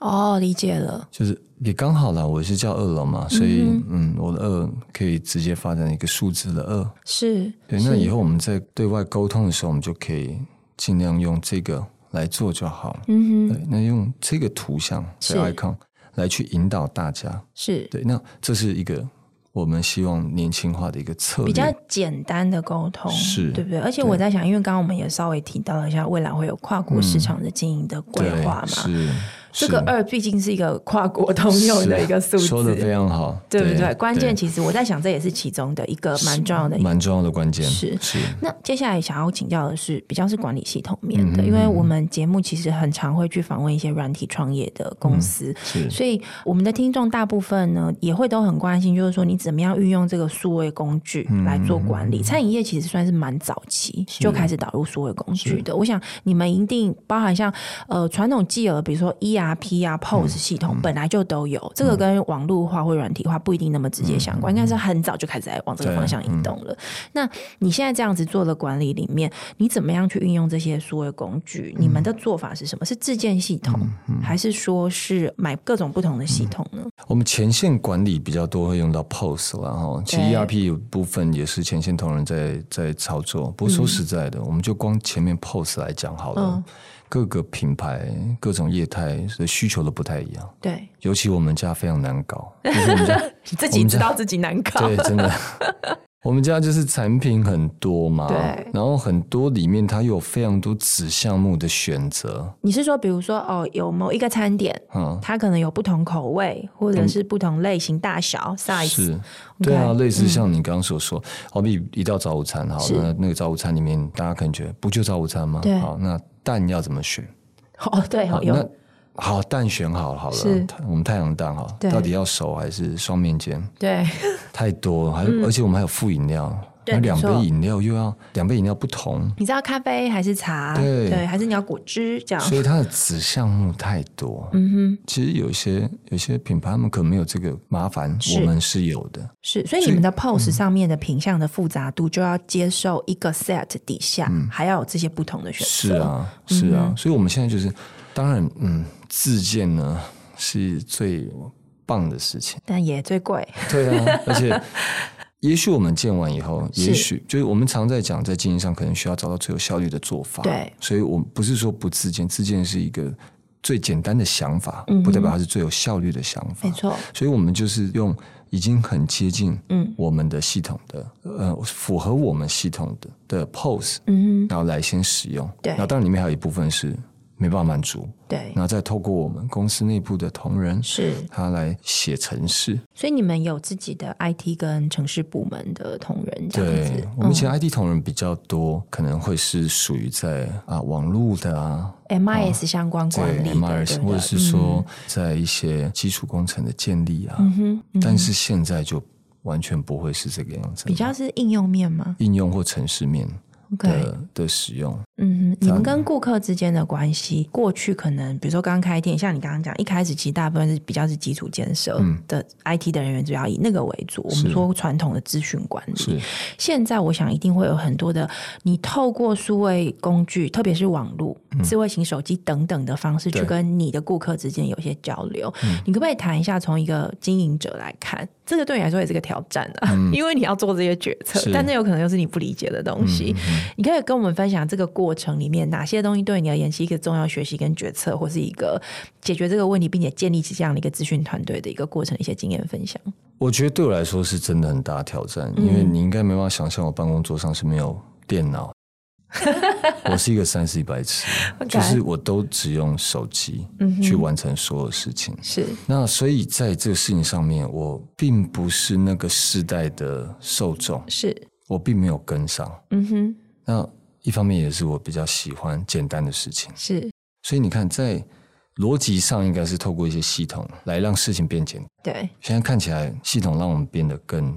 哦，理解了，
就是也刚好啦，我是叫二楼嘛，所以嗯我的二可以直接发展一个数字的二。
是，
对，
是
那以后我们在对外沟通的时候，我们就可以尽量用这个来做就好了。
嗯哼，
对，那用这个图像
是
这个 icon 来去引导大家。
是
对，那这是一个我们希望年轻化的一个策略。
比较简单的沟通，
是
对不对？而且
对
我在想，因为刚刚我们也稍微提到了一下，未来会有跨国市场的经营的规
对
划嘛。
是
这个
是
二毕竟是一个跨国通用的一个数
是说的非
字，
常好，
对不对？关键其实我在想，这也是其中的一个蛮重要的一
蛮重要的关键
是
是
那接下来想要请教的是，比较是管理系统面的，因为我们节目其实很常会去访问一些软体创业的公司，
是
所以我们的听众大部分呢也会都很关心，就是说你怎么样运用这个数位工具来做管理。餐饮业其实算是蛮早期就开始导入数位工具的，我想你们一定包含像呃传统既有的，比如说 ERP 啊、POS 系统本来就都有，这个跟网络化或软体化不一定那么直接相关，但是很早就开始在往这个方向移动了。那你现在这样子做的管理里面，你怎么样去运用这些数位工具？你们的做法是什么？是自建系统，还是说是买各种不同的系统呢？
我们前线管理比较多会用到 POS 啦，哈，其实
对
ERP 有部分也是前线同仁在在操作。不过说实在的，我们就光前面 POS 来讲好了，
嗯
各个品牌、各种业态的需求都不太一样。
对，
尤其我们家非常难搞，就是我 们家
自
我
己
们家
知道自己难搞，
对，真的， 我们家就是产品很多嘛，
对
然后很多里面它有非常多子项目的选择，
你是说，比如说哦，有某一个餐点，
嗯，
它可能有不同口味，或者是不同类型、大小、size，
是，对啊，
OK，嗯
类似像你刚刚所说，好比一道早午餐，好，
是
那那个早午餐里面，大家可能觉得不就早午餐吗
对？
好，那蛋要怎么选？
哦，对，
好
哦，
那
有，
好蛋选好了好
是
了，太我们太阳蛋好，
对
到底要熟还是双面煎？
对，
太多了，还而且我们还有副饮料，
嗯对
那两
没
杯
错
饮料又要两杯饮料不同，
你知道咖啡还是茶，
对
还是你要果汁这样，
所以它的子项目太多。嗯哼，其实有些有些品牌他们可能没有这个麻烦，
是
我们是有的。
是，所以你们的
嗯
POS 上面的品相的复杂度就要接受一个 set 底下，还要有这些不同的选
嗯是
择。
啊，是
嗯
啊，所以我们现在就是，当然，嗯，自建呢是最棒的 事情。
但也最贵，
对啊，而且。也许我们建完以后，
是
也许就是我们常在讲，在经营上可能需要找到最有效率的做法。
对，
所以我们不是说不自建，自建是一个最简单的想法，不代表它是最有效率的想法。
嗯没错，
所以我们就是用已经很接近
嗯
我们的系统的，呃，符合我们系统的的 pose，
嗯哼，
然后来先使用。
对
然后当然里面还有一部分是没办法满足，
对
然，后再透过我们公司内部的同仁，
是。
他来写程式。
所以你们有自己的 IT 跟城市部门的同仁这样
对
子，嗯
我们其实 IT 同仁比较多，可能会是属于在啊网络的啊，
嗯 MIS 相关
对
管理的，
MRS，
对不
或
对
者是说在一些基础工程的建立啊，
嗯哼嗯
但是现在就完全不会是这个样子了，
比较是应用面吗
应用或城市面
？OK，
的的使用。
嗯哼，你们跟顾客之间的关系，过去可能比如说刚开店，像你刚刚讲，一开始其实大部分是比较是基础建设的 IT 的人员，主要以那个为主。我们说传统的资讯管理
是，
现在我想一定会有很多的，你透过数位工具，特别是网络、智慧型手机等等的方式，去
嗯对嗯
跟你的顾客之间有一些交流。你可不可以谈一下，从一个经营者来看，这个对你来说也是个挑战啊，因为你要做这些决策，
嗯是嗯
但那有可能又是你不理解的东西。你可以跟我们分享这个过程里面哪些东西对你而言是一个重要学习跟决策，或是一个解决这个问题，并且建立起这样的一个咨询团队的一个过程的一些经验分享。
我觉得对我来说是真的很大的挑战，因为你应该没办法想象我办公桌上是没有电脑。我是一个三 C 白痴，
OK
就是我都只用手机去完成所有事情。
是
那所以在这个事情上面，我并不是那个世代的受众，
是，
我并没有跟上。
嗯哼，
那一方面也是我比较喜欢简单的事情，
是
所以你看，在逻辑上应该是透过一些系统来让事情变简单。
对。
现在看起来，系统让我们变得更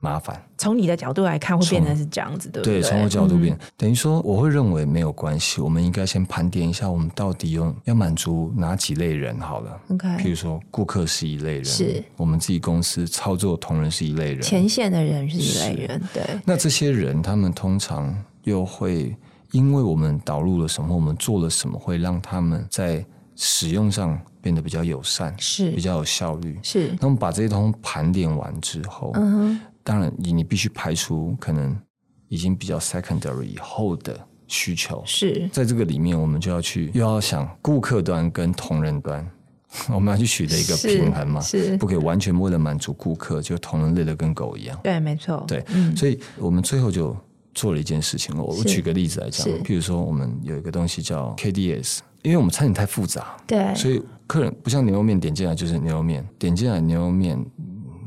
麻烦，
从你的角度来看，会变成是这样子，对不嗯对？
对，从我角度变，等于说我会认为没有关系，我们应该先盘点一下，我们到底用要满足哪几类人好了。
嗯
譬
，OK，
如说，顾客是一类人，
是
我们自己公司操作同仁是一类人，
前线的人是一类人，对，
那这些人，他们通常又会因为我们导入了什么，我们做了什么，会让他们在使用上变得比较友善，
是
比较有效率。
是，
那我们把这些通盘点完之后，
嗯哼，
当然你你必须排除可能已经比较 secondary 以后的需求。
是
在这个里面，我们就要去又要想顾客端跟同仁端， 我们要去取得一个
是
平衡嘛，
是
不，可以完全为了满足顾客就同仁累得跟狗一样。
对，没错，
对，所以我们最后就做了一件事情。我我
嗯是
举个例子来讲
是，
譬如说我们有一个东西叫 KDS，因为我们餐饮太复杂，
对，
所以客人不像牛肉面点进来就是牛肉面，点进来牛肉面，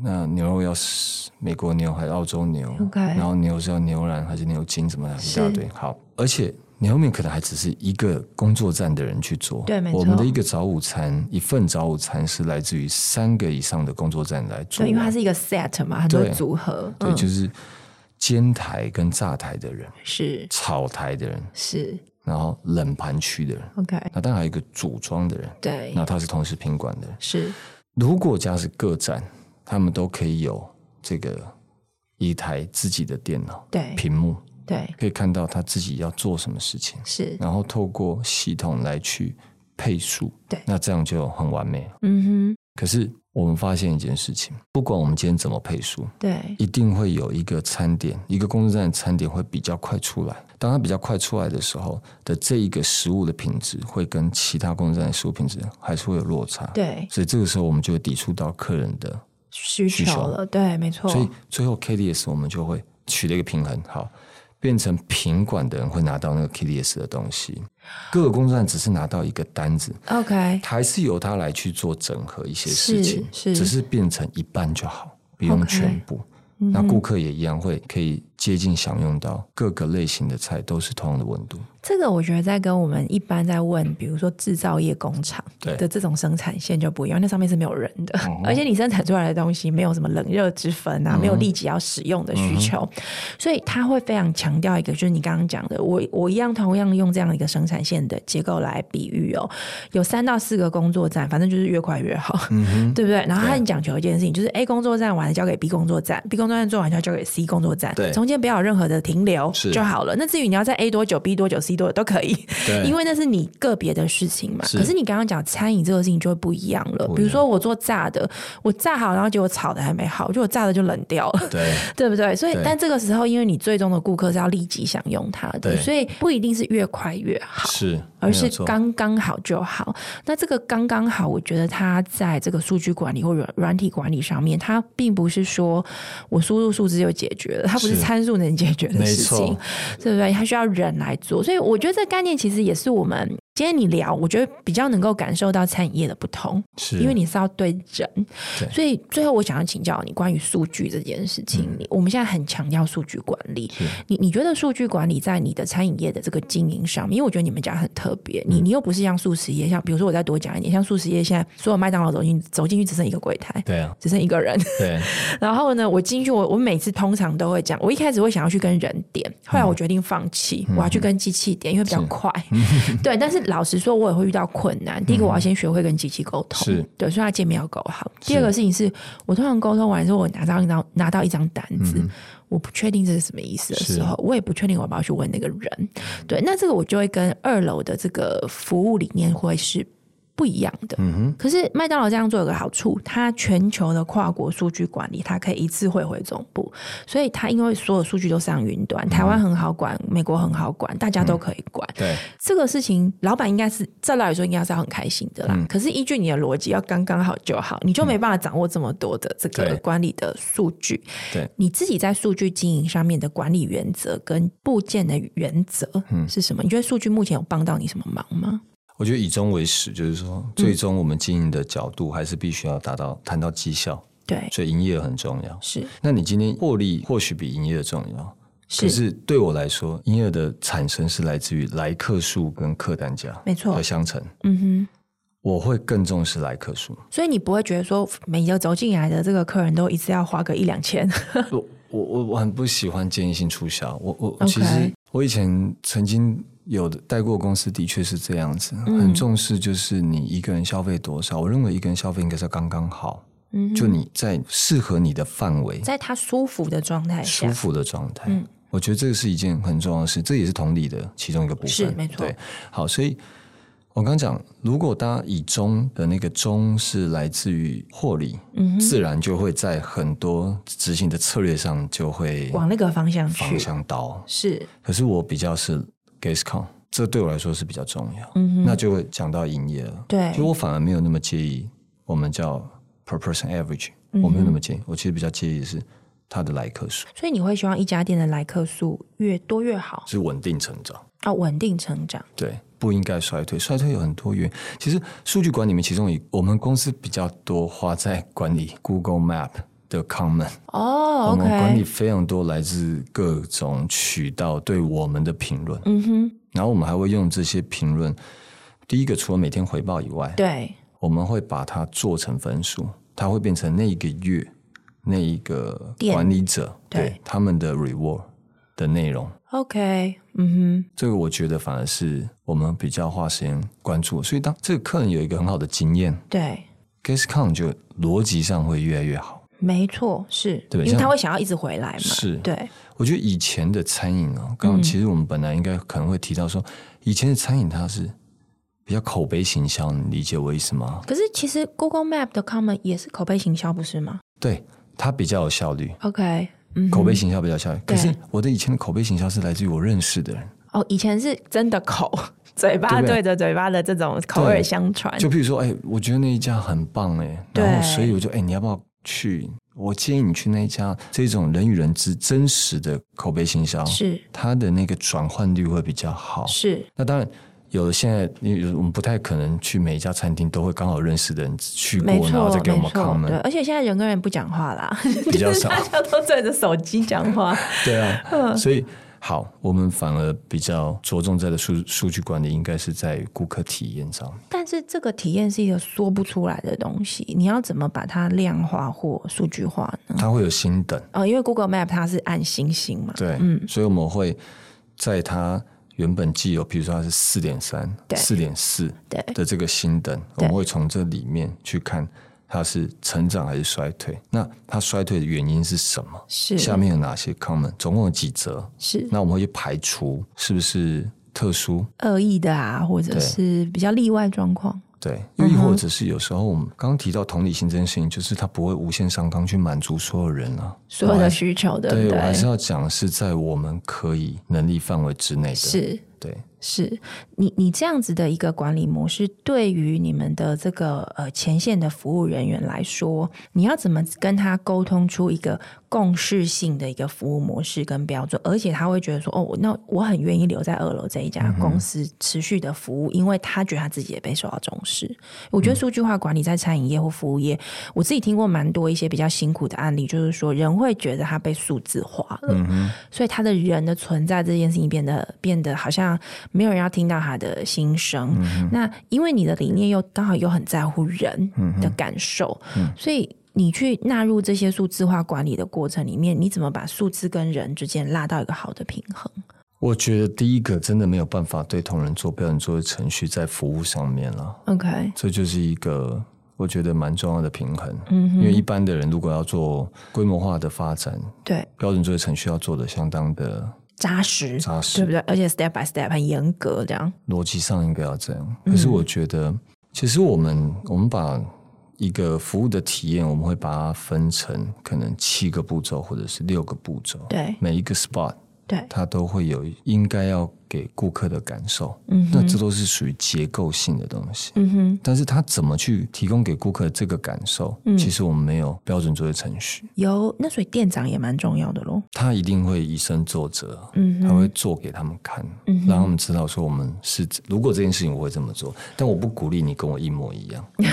那牛肉要是美国牛还是澳洲牛
OK
然后牛是要牛腩还是牛筋什么的，一
是
大堆。好，而且。牛肉面可能还只是一个工作站的人去做，
对没
我
错
们的一个早午餐，一份早午餐是来自于三个以上的工作站来做
对，
完，
因为它是一个 set 嘛，很多
对
组合，嗯
对，就是煎台跟炸台的人，
是
炒台的人，
是
然后冷盘区的人，
，OK，
那当然还有一个组装的人，
对，
那他是同时品管的人。
是
如果家是各站，他们都可以有这个一台自己的电脑
对
屏幕，
对
可以看到他自己要做什么事情，
是，
然后透过系统来去配速，
对
那这样就很完美了。
嗯
可是我们发现一件事情，不管我们今天怎么配速，
哼，对
一定会有一个餐点，一个工作站的餐点会比较快出来。当它比较快出来的时候的这一个食物的品质，会跟其他工作站的食物品质还是会有落差。，
对，
所以这个时候我们就会抵触到客人的，
需
需
求
求
了，对，没错，
所以最后 KDS 我们就会取得一个平衡，好，变成品管的人会拿到那个 KDS 的东西，各个工作站只是拿到一个单子。
OK
还是由他来去做整合一些
是
事情，
是
只是变成一半就好，不用
OK 嗯
全部。那顾客也一样会可以接近享用到各个类型的菜都是同样的温度，
这个我觉得在跟我们一般在问，比如说制造业工厂
对嗯
的这种生产线就不一样，那上面是没有人的，而且你生产出来的东西没有什么冷热之分啊，没有立即要使用的需
嗯
求，所以他会非常强调一个，就是你刚刚讲的，我我一样同样用这样一个生产线的结构来比喻哦，有三到四个工作站，反正就是越快越好，
嗯
对不对？然后他很讲求一件事情，就是 A 工作站完了交给 B 工作站，B 工作站做完就要交给 C 工作站，
对
中间不要有任何的停留
是
就好了。那至于你要在 A 多久、B 多久、C 西多的都可以，
对，
因为那是你个别的事情嘛。
是
可是你刚刚讲餐饮这个事情就会不一样了
不一，样
比如说我做炸的，我炸好，然后结果炒的还没好，结果炸的就冷掉了。
对
对不对？所以
对，
但这个时候，因为你最终的顾客是要立即享用它的，
对
所以不一定是越快越好，
是，
而
没
是
有错
刚刚好就好。那这个刚刚好，我觉得它在这个数据管理或软软体管理上面，它并不是说我输入数字就解决了，它不是
是
参数能解决的
没
事情
错，
对不对？它需要人来做。所以，我觉得这概念其实也是我们今天你聊，我觉得比较能够感受到餐饮业的不同。
是
因为你是要对人，
对
所以最后我想要请教你关于数据这件事情。
嗯
你我们现在很强调数据管理，你你觉得数据管理在你的餐饮业的这个经营上面，因为我觉得你们家很特别，
嗯
你你又不是像素食业，像比如说我再多讲一点，像素食业现在所有麦当劳走进走进去只剩一个柜台，
对啊，
只剩一个人，
对
然后呢，我进去，我我每次通常都会讲，我一开始会想要去跟人点，后
嗯
来我决定放弃，我要去跟机器点，因为比较快。 对，但是老实说，我也会遇到困难。第一个，我要先学会跟机器沟通，
嗯是
对，所以它界面要够好。第二个事情是我通常沟通完之后，我拿到一张拿到一张单
嗯
子。我不确定这是什么意思的时候，我也不确定我要不要去问那个人。对，那这个我就会跟二楼的这个服务理念会是不一样的。可是麦当劳这样做有个好处，它全球的跨国数据管理，它可以一次汇回总部，所以它因为所有数据都上云端，台湾很好管，美国很好管，大家都可以管。
对
这个事情，老板应该是照道理说应该是要很开心的啦。
嗯
可是依据你的逻辑，要刚刚好就好，你就没办法掌握这么多的这个
对
管理的数据。
对，
你自己在数据经营上面的管理原则跟部件的原则
嗯
是什么？你觉得数据目前有帮到你什么忙吗？
我觉得以终为始，就是说，
嗯
最终我们经营的角度还是必须要达到谈到绩效，
对，
所以营业额很重要。
是
那你今天获利或许比营业额重要，可
是
是对我来说，营业额的产生是来自于来客数跟客单价，
没错
而相乘。
嗯哼。
我会更重视来客数，
所以你不会觉得说每一个走进来的这个客人都一次要花个一两千，
我我我我很不喜欢建议性促销。我我
OK
我其实我以前曾经有的带过公司，的确是这样子，很重视就是你一个人消费多少。我认为一个人消费应该是刚刚好，就你在适合你的范围、
在他舒服的状态
舒
下，嗯
服的状态。我觉得这个是一件很重要的事，这也是同理的其中一个部分。
是没错
对，好，所以。我刚讲，如果大家以中的那个中是来自于获利，
嗯
自然就会在很多执行的策略上就会
往那个方向去
方向刀，
是
可是我比较是 gascon，这对我来说是比较重要。那就会讲到营业了。
嗯对
其实我反而没有那么介意我们叫 per person average，、我
嗯
没有那么介意，我其实比较介意的是它的来客数
所以你会希望一家店的来客数越多越好，
是稳定成长，
啊，稳定成长。
对，不应该衰退。衰退有很多原因，其实数据管理里面，其中一我们公司比较多花在管理 Google Map 的 comment。
哦
我们管理
，OK，
非常多来自各种渠道对我们的评论，嗯哼，然后我们还会用这些评论。第一个，除了每天回报以外，
对，
我们会把它做成分数，它会变成那一个月那一个
店
管理者
对
他们的 reward 的内容。
OK，嗯
这个我觉得反而是我们比较花时间关注，所以当这个客人有一个很好的经验
哼，对，
，GasCon 就逻辑上会越来越好。
没错，是，
对
因为他
像
会想要一直回来嘛，
是
对，
我觉得以前的餐饮哦，
嗯
刚刚其实我们本来应该可能会提到说，以前的餐饮它是比较口碑行销，你理解我意思吗？
可是其实 Google Map 的 comment 也是口碑行销，不是吗
对，它比较有效率，
？OK，嗯哼，
口碑行销比较有效率。可是
对
我的以前的口碑行销是来自于我认识的人，
哦，以前是真的口 嘴巴
对不对
对着嘴巴的这种口耳相传，
就譬如说，哎，我觉得那一家很棒哎，
对
然后所以我就哎，你要不要去？我建议你去那一家，这种人与人之真实的口碑行销，
是
它的那个转换率会比较好。
是
那当然，有的现在因为我们不太可能去每一家餐厅都会刚好认识的人去过
没，
然后
错
再给我
没
们
错，对，
comment，
而且现在人跟人不讲话啦，
比较少
大家都对着手机讲话，
对
嗯
啊，所以。好，我们反而比较着重在的数数据管理，应该是在于顾客体验上面。
但是这个体验是一个说不出来的东西，你要怎么把它量化或数据化呢？
它会有星等，
哦，因为 Google Map 它是按星星嘛，
对，所以我们会在它原本既有，比如说它是四点三、
对
四点四
对
的这个星等，我们会从这里面去看它是成长还是衰退。那它衰退的原因是什么？
是嗯
下面有哪些 comment？总共有几则？
是
那我们会去排除是不是特殊，
恶意的啊，或者
对
是比较例外状况。
对，
嗯
又亦或者是有时候我们刚刚提到同理心这件事情，就是它不会无限上纲去满足所有人啊，
所有的需求，对
对
不
我还是
对？
要讲是在我们可以能力范围之内的，
是
对，
是，你你这样子的一个管理模式，对于你们的这个呃前线的服务人员来说，你要怎么跟他沟通出一个共识性的一个服务模式跟标准？而且他会觉得说，哦，那我很愿意留在二楼这一家公司持续的服务，因为他觉得他自己也被受到重视。我觉得数据化管理在餐饮业或服务业，我自己听过蛮多一些比较辛苦的案例，就是说人会觉得他被数字化了，所以他的人的存在这件事情变得变得好像没有人要听到他的心声。
嗯
那因为你的理念又刚好又很在乎人的感受，
嗯
所以。你去纳入这些数字化管理的过程里面，你怎么把数字跟人之间拉到一个好的平衡？
我觉得第一个真的没有办法对同仁做标准做的程序在服务上面了，
OK，
这就是一个我觉得蛮重要的平衡。嗯，因为一般的人如果要做规模化的发展，
对，
标准作业程序要做的相当的
扎实，
扎
对
实
不，对？而且 step by step 很严格，这样
逻辑上应该要这样。可是我觉得，其实我们我们把一个服务的体验，我们会把它分成可能七个步骤或者是六个步骤，
对
每一个 spot
对，
它都会有应该要给顾客的感受。嗯，那这都是属于结构性的东西。
嗯哼，嗯
但是它怎么去提供给顾客这个感受？其实我们没有标准作业程序，
有那所以店长也蛮重要的咯。
他一定会以身作则，
嗯
他会做给他们看，让他们知道说我们是如果这件事情我会这么做，但我不鼓励你跟我一模一 样，你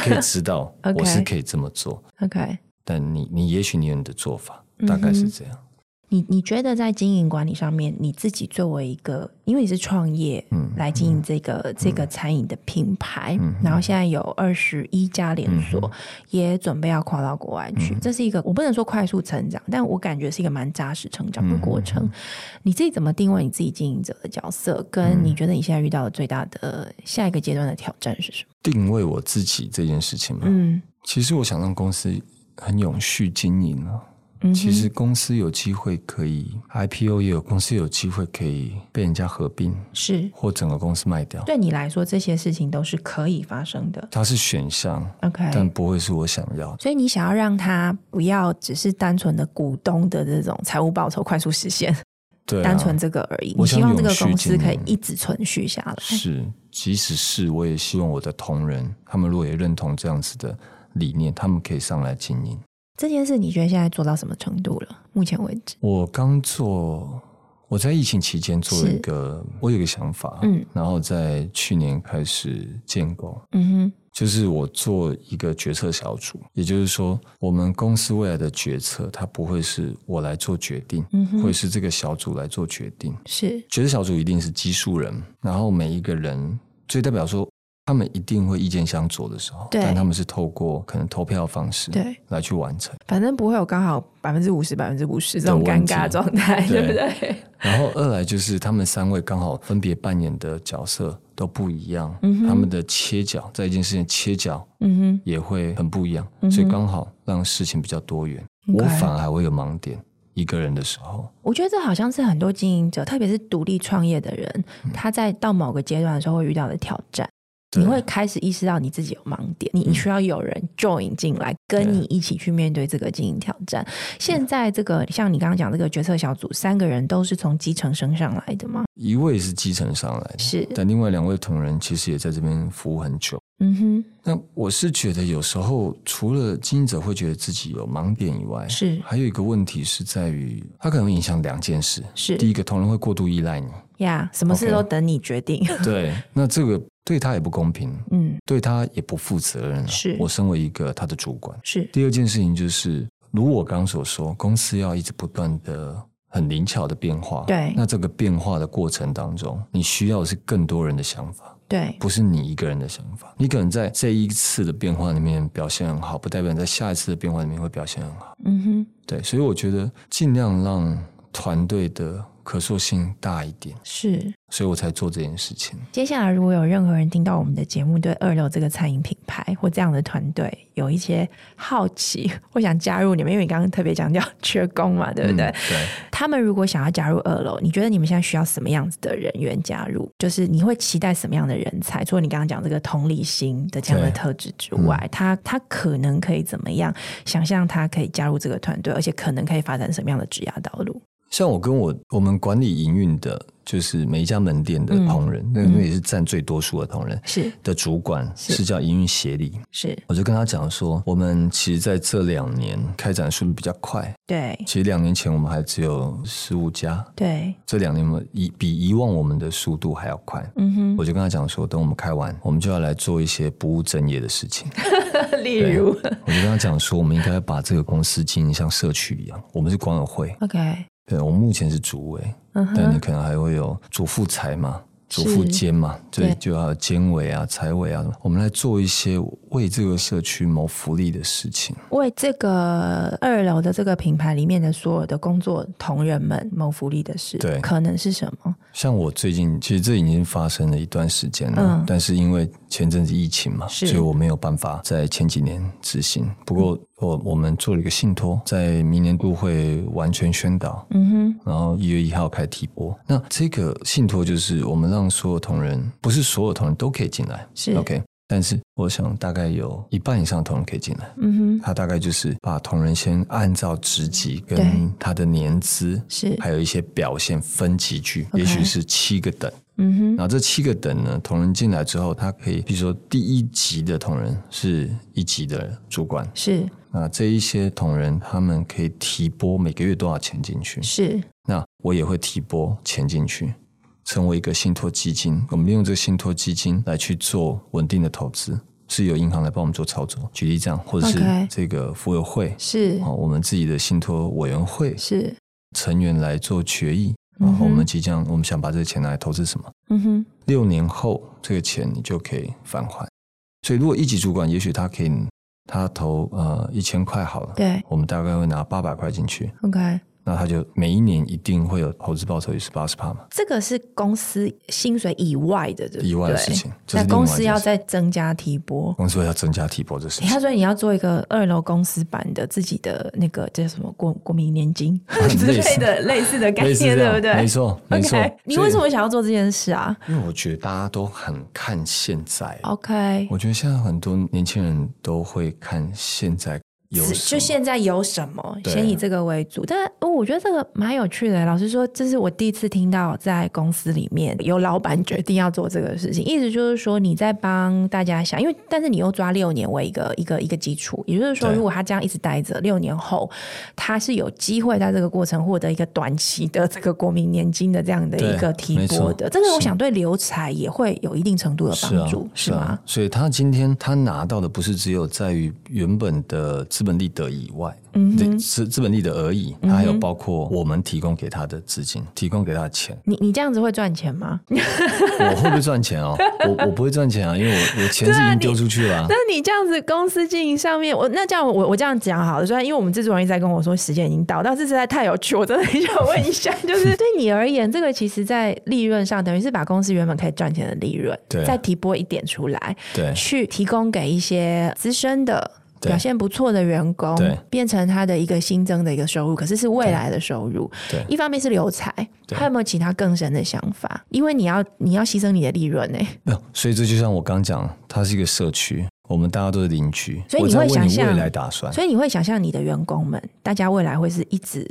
可以知道
OK
我是可以这么做，
OK，
但你你也许你有你的做法，
嗯
大概是这样。
你你觉得在经营管理上面，你自己作为一个，因为你是创业，
嗯
来经营这个、这个餐饮的品牌，然后
嗯
现在有二十一家连锁，也准备要跨到国
嗯
外去，这是一个我不能说快速成长，但我感觉是一个蛮扎实成
嗯
长的过程。你自己怎么定位你自己经营者的角色，
嗯
跟你觉得你现在遇到的最大的下一个阶段的挑战是什么？
定位我自己这件事情嘛，
嗯
其实我想让公司很永续经营啊。
嗯哼
其实公司有机会可以 IPO，也有公司有机会可以被人家合并
是
或整个公司卖掉，
对你来说，这些事情都是可以发生的。
它是选项，
OK，
但不会是我想要的。
所以你想要让他不要只是单纯的股东的这种财务报酬快速实现，
对、啊，
单纯这个而已。你
我想
希望这个公
永续
司
经营
可以一直存续下来。
是，即使是我也希望我的同仁，他们如果也认同这样子的理念，他们可以上来经营。
这件事你觉得现在做到什么程度了？目前为止，
我刚做，我在疫情期间做了
是
一个，我有一个想法，
嗯，
然后在去年开始建构，
嗯
就是我做一个决策小组，也就是说，我们公司未来的决策，它不会是我来做决定，
嗯哼
会是这个小组来做决定。
哼，是
决策小组一定是基数人，然后每一个人，所以代表说他们一定会意见相左的时候，
对
但他们是透过可能投票方式
对，
来去完成。
反正不会有刚好百分之五十、百分之五十这种
的
尴
问题啊
尬状态，对
对
不对？
然后二来就是他们三位刚好分别扮演的角色都不一样，他们的切角在一件事情切角
嗯
也会很不一样，所以刚好让事情比较多元。
OK
我反而还会有盲点，一个人的时候，
哼，我觉得这好像是很多经营者，特别是独立创业的人，
嗯
他在到某个阶段的时候会遇到的挑战。
对嗯
你会开始意识到你自己有盲点，你你需要有人 join 进来，跟你一起去面对这个经营挑战。现在这个像你刚刚讲这个决策小组，三个人都是从基层升上来的吗？
一位是基层上来的，
是，
但另外两位同仁其实也在这边服务很久。
嗯哼，
那我是觉得有时候除了经营者会觉得自己有盲点以外，
是
还有一个问题是在于，它可能会影响两件事。
是
第一个，同仁会过度依赖 你，
呀什么事
OK
都等你决定。
对，那这个对他也不公平，
嗯，
对他也不负责任、啊。
是
我身为一个他的主管。
是
第二件事情就是，如我刚刚所说，公司要一直不断的。很灵巧的变化，
对
那这个变化的过程当中，你需要的是更多人的想法，
对，
不是你一个人的想法。你可能在这一次的变化里面表现很好，不代表你在下一次的变化里面会表现很好。
嗯哼，
对，所以我觉得尽量让团队的可塑性大一点，
是。
所以我才做这件事情。
接下来，如果有任何人听到我们的节目，对二六这个餐饮品牌或这样的团队有一些好奇，或想加入你们，因为你刚刚特别强调 缺工嘛，对不对？
嗯对，
他们如果想要加入二楼，你觉得你们现在需要什么样子的人员加入？就是你会期待什么样的人才？除了你刚刚讲这个同理心的这样的
对
特质之外，他他可能可以怎么样？想象他可以加入这个团队，而且可能可以发展什么样的职涯道路？
像我跟我我们管理营运的，就是每一家门店
嗯
的同仁，那那也是占最多数的同仁
是
的主管
是
是叫营运协理。
是，
我就跟他讲说，我们其实在这两年开展速度比较快，
对
其实两年前我们还只有十五家，
对，
这两年我们以比以往我们的速度还要快。
嗯哼，
我就跟他讲说，等我们开完，我们就要来做一些不务正业的事情。
例如
我就跟他讲说，我们应该把这个公司经营像社区一样。我们是管委会，
，OK，
对我目前是主委，
嗯
但你
哼，
可能还会有主副财嘛，
是
主副监嘛，就
对
就要有监委啊、财委啊，我们来做一些为这个社区谋福利的事情。
为这个二楼的这个品牌里面的所有的工作同仁们谋福利的事，
对
可能是什么？
像我最近，其实这已经发生了一段时间了，
嗯
但是因为前阵子疫情嘛，
是
所以我没有办法在前几年执行。不过我我们做了一个信托，在明年度会完全宣导，
嗯哼，
然后一月一号开提拨。那这个信托就是我们让所有同仁，不是所有同仁都可以进来
是
，OK。但是我想大概有一半以上的同仁可以进来，
嗯哼，
他大概就是把同仁先按照职级
对
跟他的年资，
是，
还有一些表现分级去，
OK
也许是七个等。
嗯哼，
然后这七个等呢，同仁进来之后，他可以，比如说第一级的同仁是一级的主管，
是
那这一些同仁他们可以提拨每个月多少钱进去，
是，
那我也会提拨钱进去，成为一个信托基金。我们利用这个信托基金来去做稳定的投资，是由银行来帮我们做操作。举例这样，或者是
OK
这个扶委会。
是
哦，我们自己的信托委员会
是，
成员来做决议，哦
嗯哼
然后我们即将我们想把这个钱拿来投资什么？
嗯哼，
六年后这个钱你就可以返还。所以如果一级主管，也许他可以他投呃一千块好了，
对
我们大概会拿八百块进去，
，OK，
那他就每一年一定会有投资报酬率是八十帕嘛，
这个是公司薪水以外的，对不对
意外的事。情。哦这
那
是另
公
外一件
司要
事
再增加提拨。
公司会要增加提拨这事情
他，说：“你要做一个二楼公司版的自己的那个叫什么国国民年金之
类似
类的类似的概
类似
念，
这
对
样
不对？
没错，没错
OK，。你为什
所
么想要做这件事啊
以？因为我觉得大家都很看现在，啊
哦？OK，
我觉得现在很多年轻人都会看现在有
只
什
就
么
现在有什么，
对
先以这个为主。但哦我觉得这个蛮有趣的。老实说，这是我第一次听到在公司里面有老板决定要做这个事情，意思就是说你在帮大家想，因为但是你又抓六年为一个一个一个基础，也就是说，
对
如果他这样一直待着，六年后他是有机会在这个过程获得一个短期的这个国民年金的这样的
对
一个提
没
拨
错
的。这个我
是
想对留才也会有一定程度的
是
帮
啊
助，，
是
吗
啊？，所以他今天他拿到的不是只有在于原本的资本利得以外，
嗯
对
哼嗯。
资资本利得而已，他还有包括我们提供给他的资金，提供给他的钱
你你这样子会赚钱吗？
我会不会赚钱哦？我我不会赚钱啊，因为我我钱是已经丢出去了 啊、
但是你这样子公司经营上面，我那这样我我这样讲好了，虽然因为我们制作人一直在跟我说时间已经到，但是实在太有趣，我真的很想问一下，就是 对你而言，这个其实在利润上，等于是把公司原本可以赚钱的利润，
对
再提拨一点出来，
对
去提供给一些资深的。
对
表现不错的员工
对，
变成他的一个新增的一个收入，可是是未来的收入。
对
一方面是留才，
对
还有没有其他更深的想法？因为你要你要牺牲你的利润呢、欸
没有所以这就像我刚讲，它是一个社区，我们大家都是邻居，
所以
我
你
在
会
为
想
你未
象
来打算。
所以你会想象你的员工们，大家未来会是一直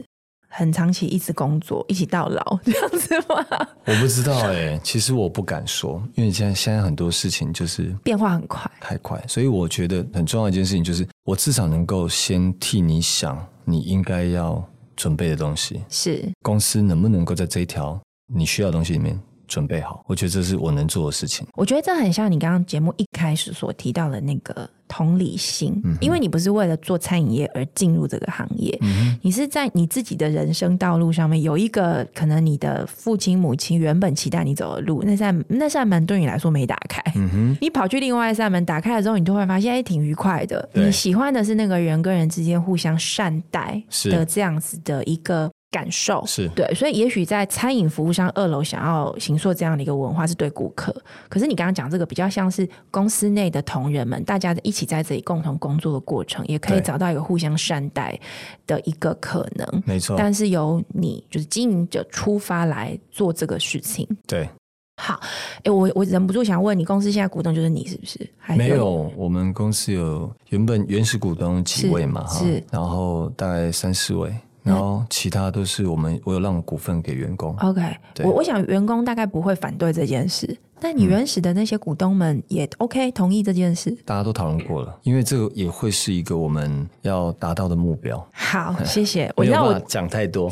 很长期一直工作，一起到老这样子吗？
我不知道哎、其实我不敢说，因为现在现在很多事情就是
变化很快，
太快，所以我觉得很重要的一件事情就是，我至少能够先替你想你应该要准备的东西，
是
公司能不能够在这一条你需要的东西里面准备好，我觉得这是我能做的事情。
我觉得这很像你刚刚节目一开始所提到的那个同理心，
嗯哼嗯
因为你不是为了做餐饮业而进入这个行业，你是在你自己的人生道路上面有一个可能你的父亲母亲原本期待你走的路，那扇那扇门对你来说没打开，
嗯哼，
你跑去另外一扇门，打开了之后，你就会发现，哎，挺愉快的。
对
你喜欢的是那个人跟人之间互相善待
是
的这样子的一个感受
是
对，所以也许在餐饮服务上，二楼想要行塑这样的一个文化是对顾客。可是你刚刚讲这个比较像是公司内的同仁们，大家一起在这里共同工作的过程，也可以
对
找到一个互相善待的一个可能。
没错，
但是由你就是经营者出发来做这个事情。
对，
好，哎、我我忍不住想问你，公司现在股东就是你是不是？还
没有，我们公司有原本原始股东几位
是
嘛，哈
是，
然后大概三四位，然后其他都是我们我有让股份给员工，
？OK，
对嗯
我我想员工大概不会反对这件事，但你原始的那些股东们也 OK 同意这件事。
大家都讨论过了，因为这个也会是一个我们要达到的目标。
好，谢谢。我
没有
让我
办法讲 太多，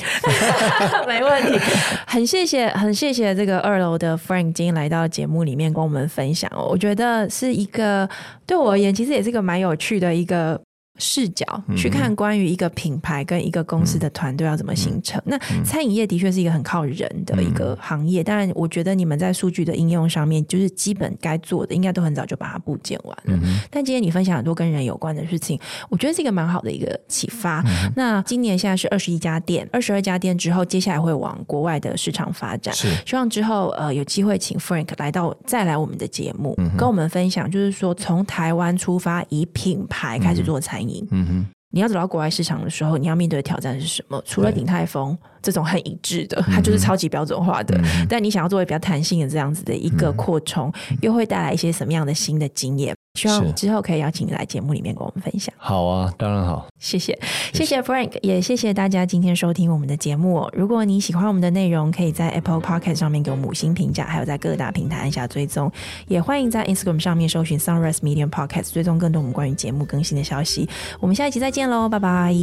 没问题，很谢谢，很谢谢这个二楼的 Frank 今天来到节目里面跟我们分享哦，我觉得是一个对我而言其实也是一个蛮有趣的一个。视角去看关于一个品牌跟一个公司的团队要怎么形成。那餐饮业的确是一个很靠人的一个行业，当然我觉得你们在数据的应用上面，就是基本该做的应该都很早就把它部件完了。但今天你分享很多跟人有关的事情，我觉得是一个蛮好的一个启发。那今年现在是二十一家店，二十二家店之后，接下来会往国外的市场发展。
是
希望之后呃有机会请 Frank 来到再来我们的节目，
嗯
跟我们分享，就是说从台湾出发，以品牌开始做餐饮。
嗯哼，
你要走到国外市场的时候，你要面对的挑战是什么？除了鼎泰丰这种很一致
嗯
的，它就是超级标准化的，但你想要作为比较弹性的这样子的一
嗯
个扩充，又会带来一些什么样的新的经验？希望
是
之后可以邀请你来节目里面跟我们分享。
好啊，当然好，
谢谢，谢谢 Frank，也谢谢大家今天收听我们的节目、哦。如果你喜欢我们的内容，可以在 Apple Podcast 上面给我们五星评价，还有在各大平台按下追踪。也欢迎在 Instagram 上面搜寻 Sunrise Medium Podcast，追踪更多我们关于节目更新的消息。我们下一期再见喽，拜拜。